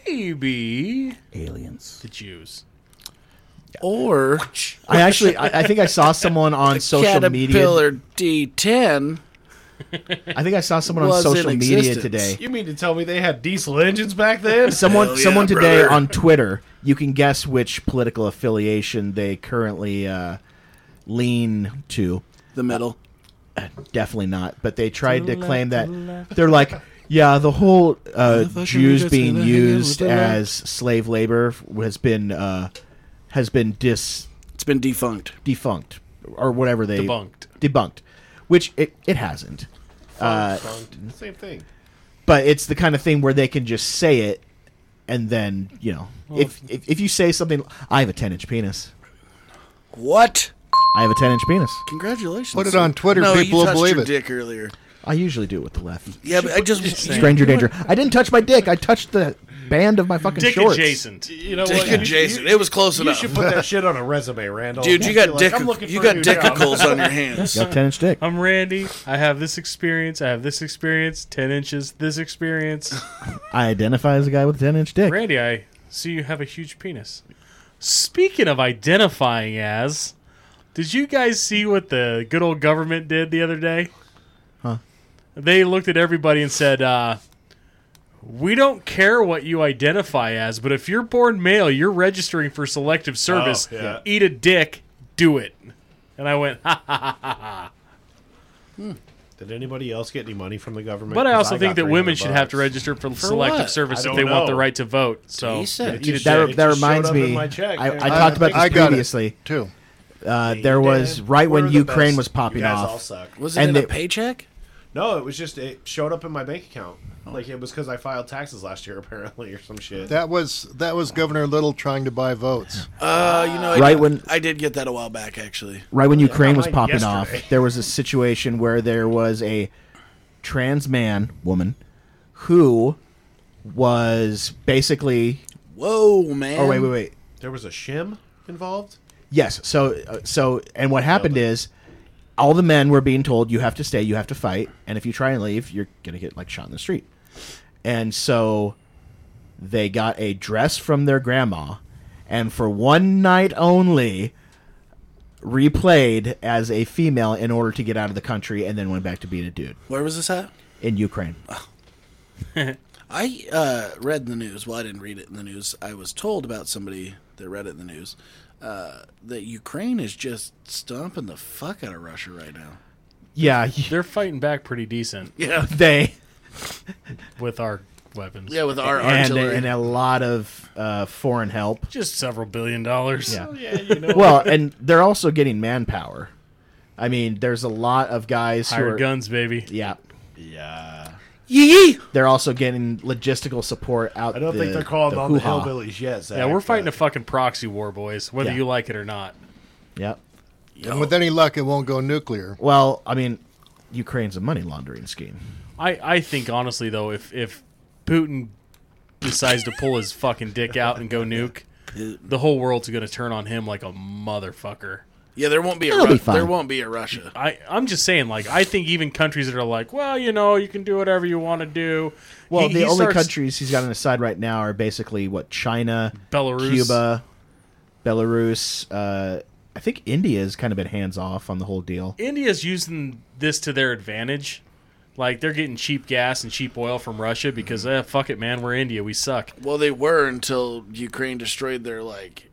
S6: maybe
S7: Aliens.
S6: the Jews.
S1: Or
S7: I actually, I, I think I saw someone on social media.
S1: Caterpillar D10.
S7: I think I saw someone on
S1: was in
S7: social media
S1: existence.
S7: today.
S2: you mean to tell me they had diesel engines back then?
S7: Someone,
S1: Hell yeah,
S7: someone today
S1: brother.
S7: on Twitter. You can guess which political affiliation they currently uh, lean to.
S1: The middle.
S7: Definitely not. But they tried to claim that they're like, yeah, the whole uh,
S1: Motherfucker,
S7: Jews
S1: just
S7: being
S1: gonna hang out with
S7: used
S1: the left.
S7: as slave labor has been uh, has been dis
S1: It's been defunct.
S7: defunct or whatever they
S6: Debunked.
S7: debunked, which it, it hasn't.
S2: Same thing.
S7: but it's the kind of thing where they can just say it and then you know if, if if you say something i have a 10 inch penis
S1: What?
S7: i have a 10 inch penis
S1: Congratulations.
S3: Put it
S1: sir.
S3: on Twitter,
S1: No,
S3: people
S1: you
S3: will
S1: touched
S3: believe
S1: your
S3: it.
S1: dick earlier.
S7: i usually do it with the left
S1: Yeah, but I just
S7: stranger danger i didn't touch my dick i touched the band of my fucking
S6: Dick
S7: shorts
S6: adjacent.
S2: You know
S1: dick
S2: what? You-
S1: adjacent.
S2: You,
S1: It was close
S2: you
S1: enough.
S2: should put that shit on a resume, Randall.
S1: Dude, you
S2: Be
S1: got
S2: like,
S1: dick.
S2: I'm looking
S1: You
S2: for a
S1: got
S2: new
S1: dickicles
S2: job.
S1: on your hands.
S7: You have 10 inch dick
S6: I'm Randy. I have this experience. I have this experience. 10 inches. This experience.
S7: i identify as a guy with a 10 inch dick
S6: Randy, I see you have a huge penis. Speaking of identifying as, did you guys see what the good old government did the other day? Huh? They looked at everybody and said, uh, we don't care what you identify as, but if you're born male, you're registering for selective service.
S2: Oh, yeah.
S6: Eat a dick, do it. And I went, ha.
S2: Did anybody else get any money from the government?
S6: But I
S2: 'Cause
S6: also think
S2: got
S6: that women
S2: 300
S6: should have to
S2: bucks.
S6: register for, selective
S1: what?
S6: service
S2: I
S6: if
S2: don't
S6: they want the
S2: know.
S6: right to vote. So
S1: Decent.
S6: eat a
S7: that,
S6: dick.
S7: that
S2: just
S7: reminds
S2: showed up in
S7: me
S2: my check,
S7: I,
S2: man.
S7: I talked about this
S3: I got
S7: previously
S3: it too.
S7: uh, there was
S2: Damn,
S7: right
S2: we're
S7: when
S2: the
S7: ukraine
S2: best.
S7: was popping
S2: you guys
S7: off
S2: All suck.
S1: Was it
S7: And
S1: in
S7: they-
S1: a paycheck?
S2: No, it was just it showed up in my bank account. Like it was because I filed taxes last year, apparently, or some shit.
S3: That was that was Governor Little trying to buy votes.
S1: Uh, you know, I
S7: Right
S1: did,
S7: when-
S1: I did get that a while back, actually.
S7: right when Ukraine was
S2: mine
S7: popping
S2: yesterday.
S7: off, there was a situation where there was a trans man woman who was basically.
S1: Whoa, man.
S7: Oh wait, wait, wait.
S2: there was a shim involved.
S7: Yes. So, uh, so, and what happened is, all the men were being told, "You have to stay. You have to fight. And if you try and leave, you're gonna get like shot in the street." And so, they got a dress from their grandma, and for one night only, replayed as a female in order to get out of the country, and then went back to being a dude
S1: Where was this at?
S7: in Ukraine.
S1: I uh, read in the news. Well, I didn't read it in the news. I was told about somebody that read it in the news uh, that Ukraine is just stomping the fuck out of Russia right now.
S7: Yeah,
S6: They're fighting back pretty decent
S1: Yeah,
S7: they
S6: with our weapons.
S1: yeah, with our
S7: and,
S1: artillery.
S7: and a lot of uh, foreign help.
S6: Just several billion dollars.
S7: Yeah.
S2: Yeah, you know.
S7: well, and they're also getting manpower. I mean, there's a lot of guys who
S6: Hired
S7: are
S6: guns, baby.
S7: yeah.
S2: yeah.
S1: Yee!
S7: They're also getting logistical support out.
S2: I don't
S7: the,
S2: think they're called
S7: the
S2: on the
S7: hoo-ha.
S2: hillbillies yet. Zach,
S6: Yeah, we're fighting a
S2: but-
S6: fucking proxy war, boys, whether
S7: Yeah.
S6: you like it or not.
S7: Yeah.
S1: Yo.
S3: And with any luck, it won't go nuclear.
S7: Well, I mean, Ukraine's a money laundering scheme.
S6: I, I think honestly though, if if Putin decides to pull his fucking dick out and go nuke, the whole world's gonna turn on him like a motherfucker.
S1: Yeah, there won't be a
S4: It'll be
S1: Ru-
S4: fine.
S1: there won't be a Russia.
S6: I, I'm just saying, like, I think even countries that are like, well, you know, you can do whatever you want to do.
S5: Well,
S6: He-
S5: the
S6: he
S5: only
S6: starts-
S5: countries he's got on his side right now are basically what China,
S6: Belarus.
S5: Cuba, Belarus. Uh, I think India has kind of been hands off on the whole deal.
S6: India's using this to their advantage. Like they're getting cheap gas and cheap oil from Russia because eh, fuck it, man, we're India, we suck.
S1: Well, they were until Ukraine destroyed their like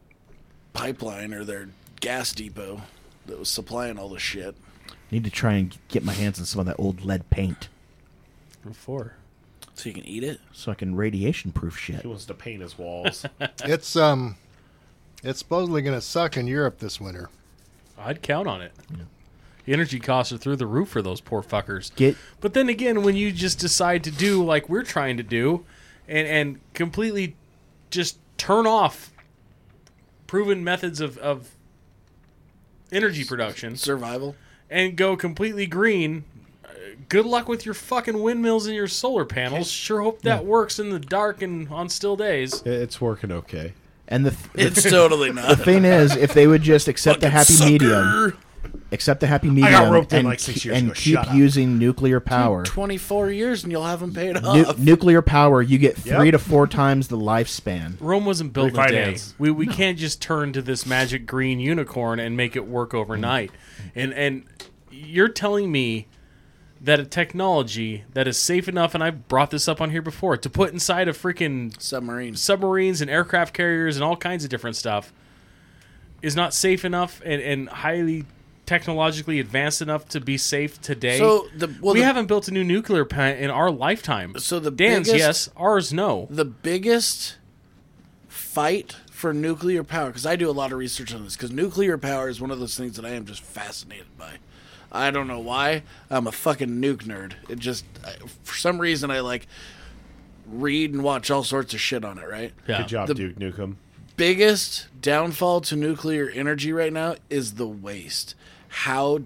S1: pipeline or their gas depot that was supplying all the shit.
S5: Need to try and get my hands on some of that old lead paint
S6: Before
S1: So you can eat it.
S5: so I can radiation proof shit.
S2: He wants to paint his walls.
S3: It's um, it's supposedly going to suck in Europe this winter.
S6: I'd count on it. Energy costs are through the roof for those poor fuckers.
S5: Get
S6: But then again, when you just decide to do like we're trying to do, and and completely just turn off proven methods of, of energy production
S1: Survival.
S6: and go completely green, uh, good luck with your fucking windmills and your solar panels. Sure hope that works in the dark and on still days.
S2: it's working okay.
S5: and the, th-
S1: It's totally not.
S5: the thing is, if they would just accept the
S1: Fucking
S5: happy
S1: sucker.
S5: medium, accept the happy medium,
S2: roped in
S5: and,
S2: like six
S5: ke-
S2: years
S5: and
S2: ago.
S5: keep
S2: Shut up.
S5: using nuclear power.
S1: 24 years and you'll have them paid
S5: Nu-
S1: off.
S5: nuclear power, you get three
S2: Yep.
S5: to four times the lifespan.
S6: Rome wasn't built in a day.
S2: Refinance.
S6: We, we can't just turn to this magic green unicorn and make it work overnight. And and you're telling me that a technology that is safe enough, and I've brought this up on here before, to put inside a freaking
S1: Submarines.
S6: submarines and aircraft carriers and all kinds of different stuff is not safe enough and, and highly technologically advanced enough to be safe today.
S1: So the- well,
S6: we
S1: the-
S6: haven't built a new nuclear plant in our lifetime.
S1: So the
S6: Dan's
S1: biggest-
S6: yes, ours no.
S1: the biggest fight for nuclear power because i do a lot of research on this because nuclear power is one of those things that i am just fascinated by i don't know why i'm a fucking nuke nerd it just I, for some reason i like read and watch all sorts of shit on it right
S6: Yeah.
S2: Good job,
S1: The-
S2: Duke Nukem.
S1: biggest downfall to nuclear energy right now is the waste. How,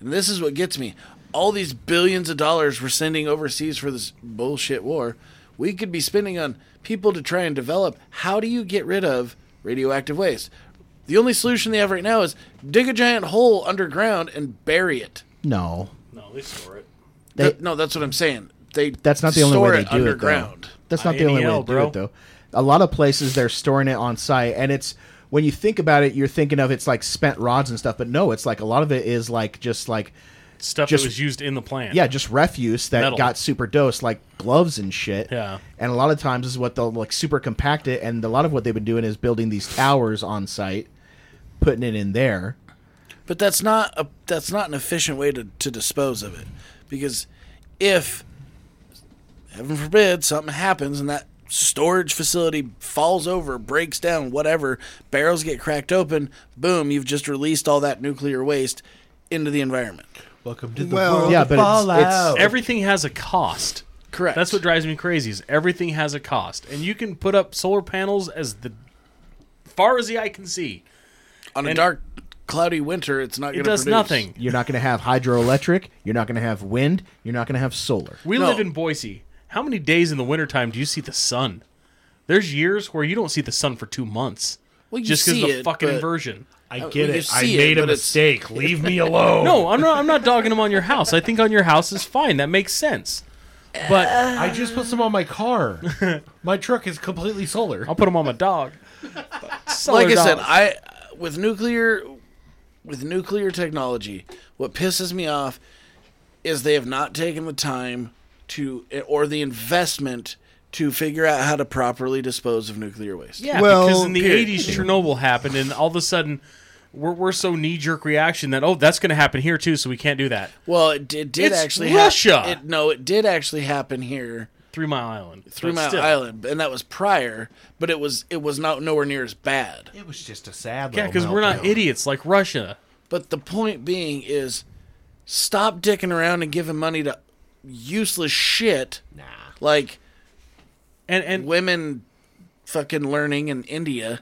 S1: and this is what gets me. All these billions of dollars we're sending overseas for this bullshit war, we could be spending on people to try and develop. How do you get rid of radioactive waste? The only solution they have right now is dig a giant hole underground and bury it.
S5: No,
S6: No, they store it.
S5: They-
S1: That- no, that's what I'm saying. They
S5: That's not the only
S1: store
S5: way they
S1: it
S5: do it, though.
S1: underground.
S5: That's not the only way
S6: INEL,
S5: to do
S6: E bro.
S5: it, though. A lot of places they're storing it on site, and it's when you think about it, you're thinking of it's like spent rods and stuff, but no, it's like a lot of it is like just like
S6: Stuff
S5: Just-
S6: that was used in the plant.
S5: yeah, just refuse that
S6: Metal.
S5: got super dosed, like gloves and shit.
S6: Yeah.
S5: and a lot of times is what they'll like super compact it, and a lot of what they've been doing is building these towers on site, putting it in there.
S1: But that's not a that's not an efficient way to, to dispose of it. Because if heaven forbid something happens and that storage facility falls over, breaks down, whatever, barrels get cracked open, boom, you've just released all that nuclear waste into the environment.
S2: Welcome to the
S3: Well,
S5: yeah, but it's, it's
S6: Everything has a cost.
S1: Correct.
S6: That's what drives me crazy is everything has a cost. And you can put up solar panels as the far as the eye can see.
S1: on a
S6: and-
S1: dark cloudy winter it's not
S6: It
S1: going to
S6: does nothing.
S5: you're not going to have hydroelectric, you're not going to have wind, you're not going to have solar.
S6: We
S1: No.
S6: live in Boise. How many days in the wintertime do you see the sun? There's years where you don't see the sun for two months.
S1: Well, you
S6: just
S1: see
S6: of the
S1: it,
S6: fucking
S1: but-
S6: inversion.
S2: I
S1: Uh,
S2: get
S1: we
S2: it.
S1: can
S2: I
S1: see it,
S2: made a
S1: but it's-
S2: mistake. Leave me alone.
S6: No, I'm not I'm not dogging them on your house. I think on your house is fine. That makes sense. But
S1: Uh.
S2: I just put some on my car. my truck is completely solar.
S6: I'll put them on my dog. Solar
S1: like I said,
S6: dog.
S1: I with nuclear with nuclear technology, what pisses me off is they have not taken the time to or the investment to figure out how to properly dispose of nuclear waste.
S6: Yeah,
S3: Well,
S6: because in the
S1: period.
S6: 80s, Chernobyl happened, and all of a sudden, we're, we're so knee jerk reaction that, oh, that's going to happen here, too, so we can't do that.
S1: Well, it, it did
S6: It's
S1: actually
S6: Russia!
S1: hap- it, no, it did actually happen here,
S6: Three Mile Island.
S1: Three
S6: But
S1: Mile
S6: still.
S1: Island, and that was prior, but it was it was not nowhere near as bad.
S2: It was just a sad.
S6: Yeah, because we're not idiots like Russia.
S1: But the point being is stop dicking around and giving money to useless shit
S2: Nah.
S1: like
S6: And, and
S1: women fucking learning in India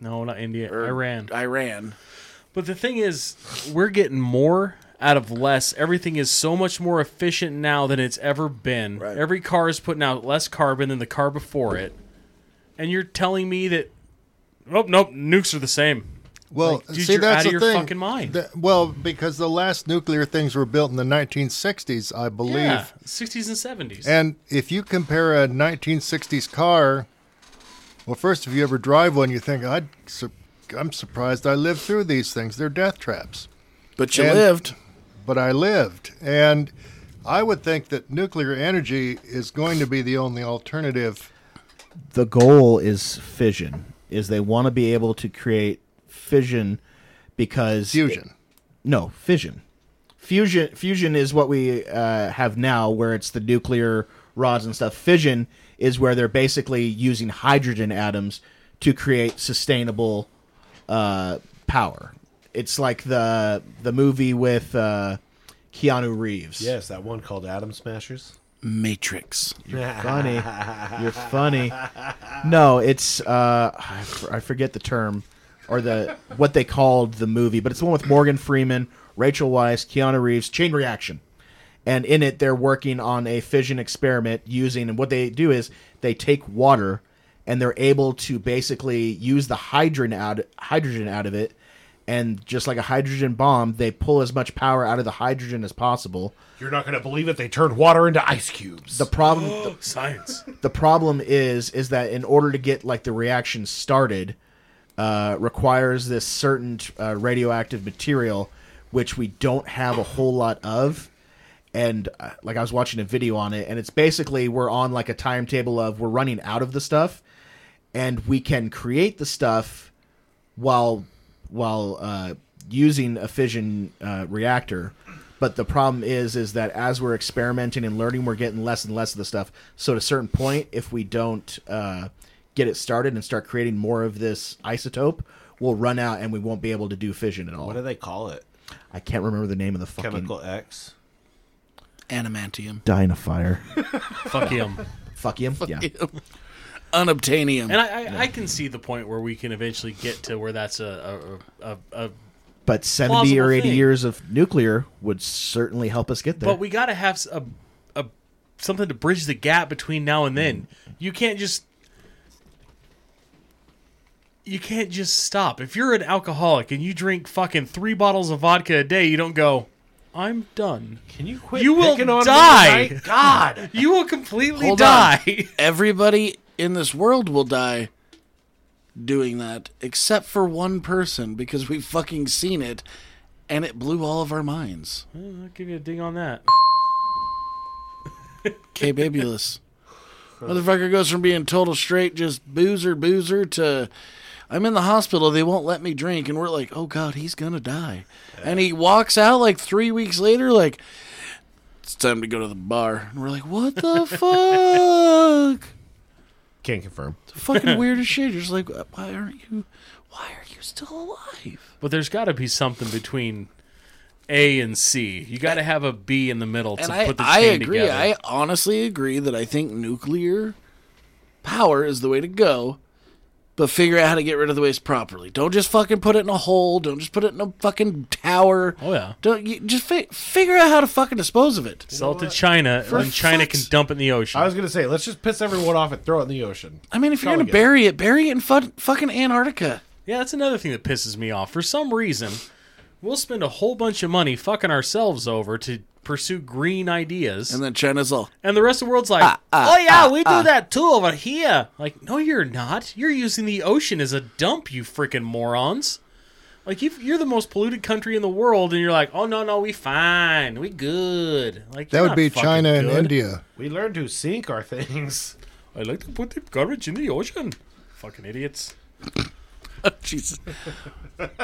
S6: no, not India,
S1: or
S6: Iran.
S1: Iran.
S6: But the thing is, we're getting more out of less. Everything is so much more efficient now than it's ever been.
S1: Right.
S6: Every car is putting out less carbon than the car before it. and you're telling me that oh nope nukes are the same
S3: Well,
S6: Like, dude,
S3: see,
S6: you're out
S3: that's
S6: of
S3: the
S6: your
S3: thing.
S6: fucking mind.
S3: The- well, because the last nuclear things were built in the 1960s, I believe.
S6: yeah 60s and 70s
S3: And if you compare a 1960s car, well, first, if you ever drive one, you think, I'd sur- I'm surprised I lived through these things. They're death traps.
S1: But you
S3: And-
S1: lived.
S3: But I lived. And I would think that nuclear energy is going to be the only alternative.
S5: the goal is fission is they want to be able to create fission because
S3: Fusion.
S5: no fission fusion fusion is what we uh, have now where it's the nuclear rods and stuff fission is where they're basically using hydrogen atoms to create sustainable uh, power it's like the the movie with uh, keanu reeves
S2: Yes, that one called Atom Smashers.
S1: Matrix.
S5: funny. You're funny. No, it's uh, I f- I forget the term or the what they called the movie, but it's the one with Morgan Freeman, Rachel Weisz, Keanu Reeves, Chain Reaction, and in it they're working on a fission experiment using. And what they do is they take water and they're able to basically use the hydrogen out hydrogen out of it. And just like a hydrogen bomb, they pull as much power out of the hydrogen as possible.
S2: You're not going to believe it. They turned water into ice cubes.
S5: The problem, the
S6: science
S5: the problem is is that in order to get like the reaction started uh, requires this certain uh, radioactive material which we don't have a whole lot of and uh, like i was watching a video on it and it's basically we're on like a timetable of we're running out of the stuff and we can create the stuff while while uh, using a fission uh, reactor. But the problem is, is that as we're experimenting and learning, we're getting less and less of the stuff. So at a certain point, if we don't uh, get it started and start creating more of this isotope, we'll run out and we won't be able to do fission at all.
S2: what do they call it?
S5: I can't remember the name of the fucking
S2: Chemical X.
S1: Animantium.
S5: dying of fire.
S6: fuck him
S5: Fuck him. Yeah.
S1: Unobtainium.
S6: and I, I, I can see the point where we can eventually get to where that's a a, a, a, a
S5: But seventy or
S6: Plausible
S5: eighty
S6: thing.
S5: years of nuclear would certainly help us get there.
S6: But we got to have s- a, a something to bridge the gap between now and then. You can't just you can't just stop. If you're an alcoholic and you drink fucking three bottles of vodka a day, you don't go. I'm done.
S2: Can you quit?
S6: You will
S2: picking on me
S6: die.
S2: tonight? God.
S6: You will completely
S1: Hold on.
S6: die.
S1: Everybody in this world will die doing that, except for one person, because we've fucking seen it, and it blew all of our minds.
S6: I'll give you a ding on that.
S1: K Babulous. Motherfucker goes from being total straight, just boozer, boozer, to I'm in the hospital. They won't let me drink. And we're like, oh God, he's going to die. And he walks out like three weeks later, like, it's time to go to the bar. And we're like, what the fuck?
S2: Can't confirm.
S1: It's fucking weird as shit. You're just like, why aren't you, why are you still alive?
S6: But there's got to be something between A and C. You got to have a B in the middle
S1: And
S6: to
S1: I,
S6: put the
S1: I
S6: chain
S1: agree.
S6: together.
S1: I honestly agree that I think nuclear power is the way to go, but figure out how to get rid of the waste properly. Don't just fucking put it in a hole. Don't just put it in a fucking tower.
S6: Oh, yeah.
S1: Don't you, just fi- figure out how to fucking dispose of it.
S6: Sell it to China, and China can
S1: fuck's-
S6: dump it in the ocean.
S2: I was going to say, let's just piss everyone off and throw it in the ocean.
S1: I mean, if you're
S2: Probably
S1: gonna
S2: good.
S1: bury it, bury it in fu- fucking Antarctica.
S6: Yeah, that's another thing that pisses me off. For some reason, we'll spend a whole bunch of money fucking ourselves over to pursue green ideas,
S1: And
S6: and,
S1: then China's all,
S6: the rest of the world's like,
S3: Ah,
S6: "Oh yeah, we do that too over here." Like, no, you're not. You're using the ocean as a dump, you freaking morons. Like, you you're the most polluted country in the world, and you're like, "Oh no, no, we fine, we good." Like,
S3: That
S6: you're
S3: would
S6: not
S3: be
S6: fucking
S3: China and
S6: good.
S3: India.
S2: We learned to sink our things.
S6: I like to put the garbage in the ocean. Fucking idiots.
S1: Jesus.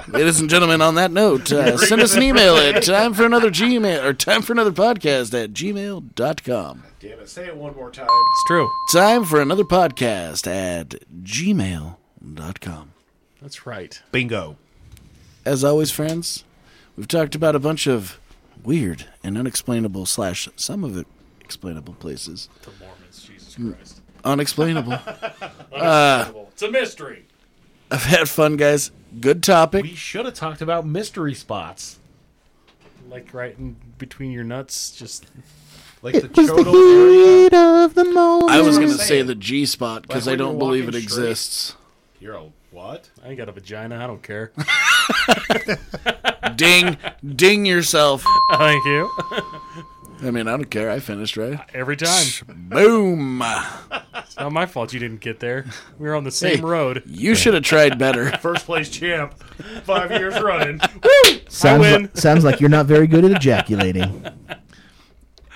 S1: Ladies and gentlemen, on that note, uh, send us an email at time for another Gmail or time for another podcast at gmail.com.
S2: Damn it. Say it one more time.
S6: It's true.
S1: Time for another podcast at gmail.com.
S6: That's right.
S2: Bingo.
S1: As always, friends, we've talked about a bunch of weird and unexplainable slash some of it explainable places.
S6: The Mormons, Jesus Christ.
S1: Unexplainable.
S6: it's a mystery.
S1: I've had fun, guys. Good topic.
S2: We should have talked about mystery spots.
S6: Like right in between your nuts, just
S2: Like the Chodol area.
S4: of the moment.
S1: I was going to
S2: Say
S1: say
S2: it.
S1: the G spot because I
S2: Like when
S1: don't
S2: you're
S1: believe it
S2: walking straight.
S1: exists.
S2: You're a what?
S6: I ain't got a vagina. I don't care.
S1: Ding, ding yourself.
S6: Thank you.
S1: I mean, I don't care. I finished right.
S6: Every time.
S1: Boom.
S6: It's not my fault you didn't get there. We were on the same road.
S1: You should have tried better.
S2: First place champ, five years running.
S7: Sounds,
S6: win.
S7: li- sounds like you're not very good at ejaculating.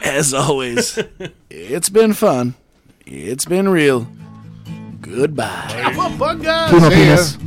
S1: As always, it's been fun. It's been real. Goodbye.
S7: Keep on
S3: See ya.
S7: penis.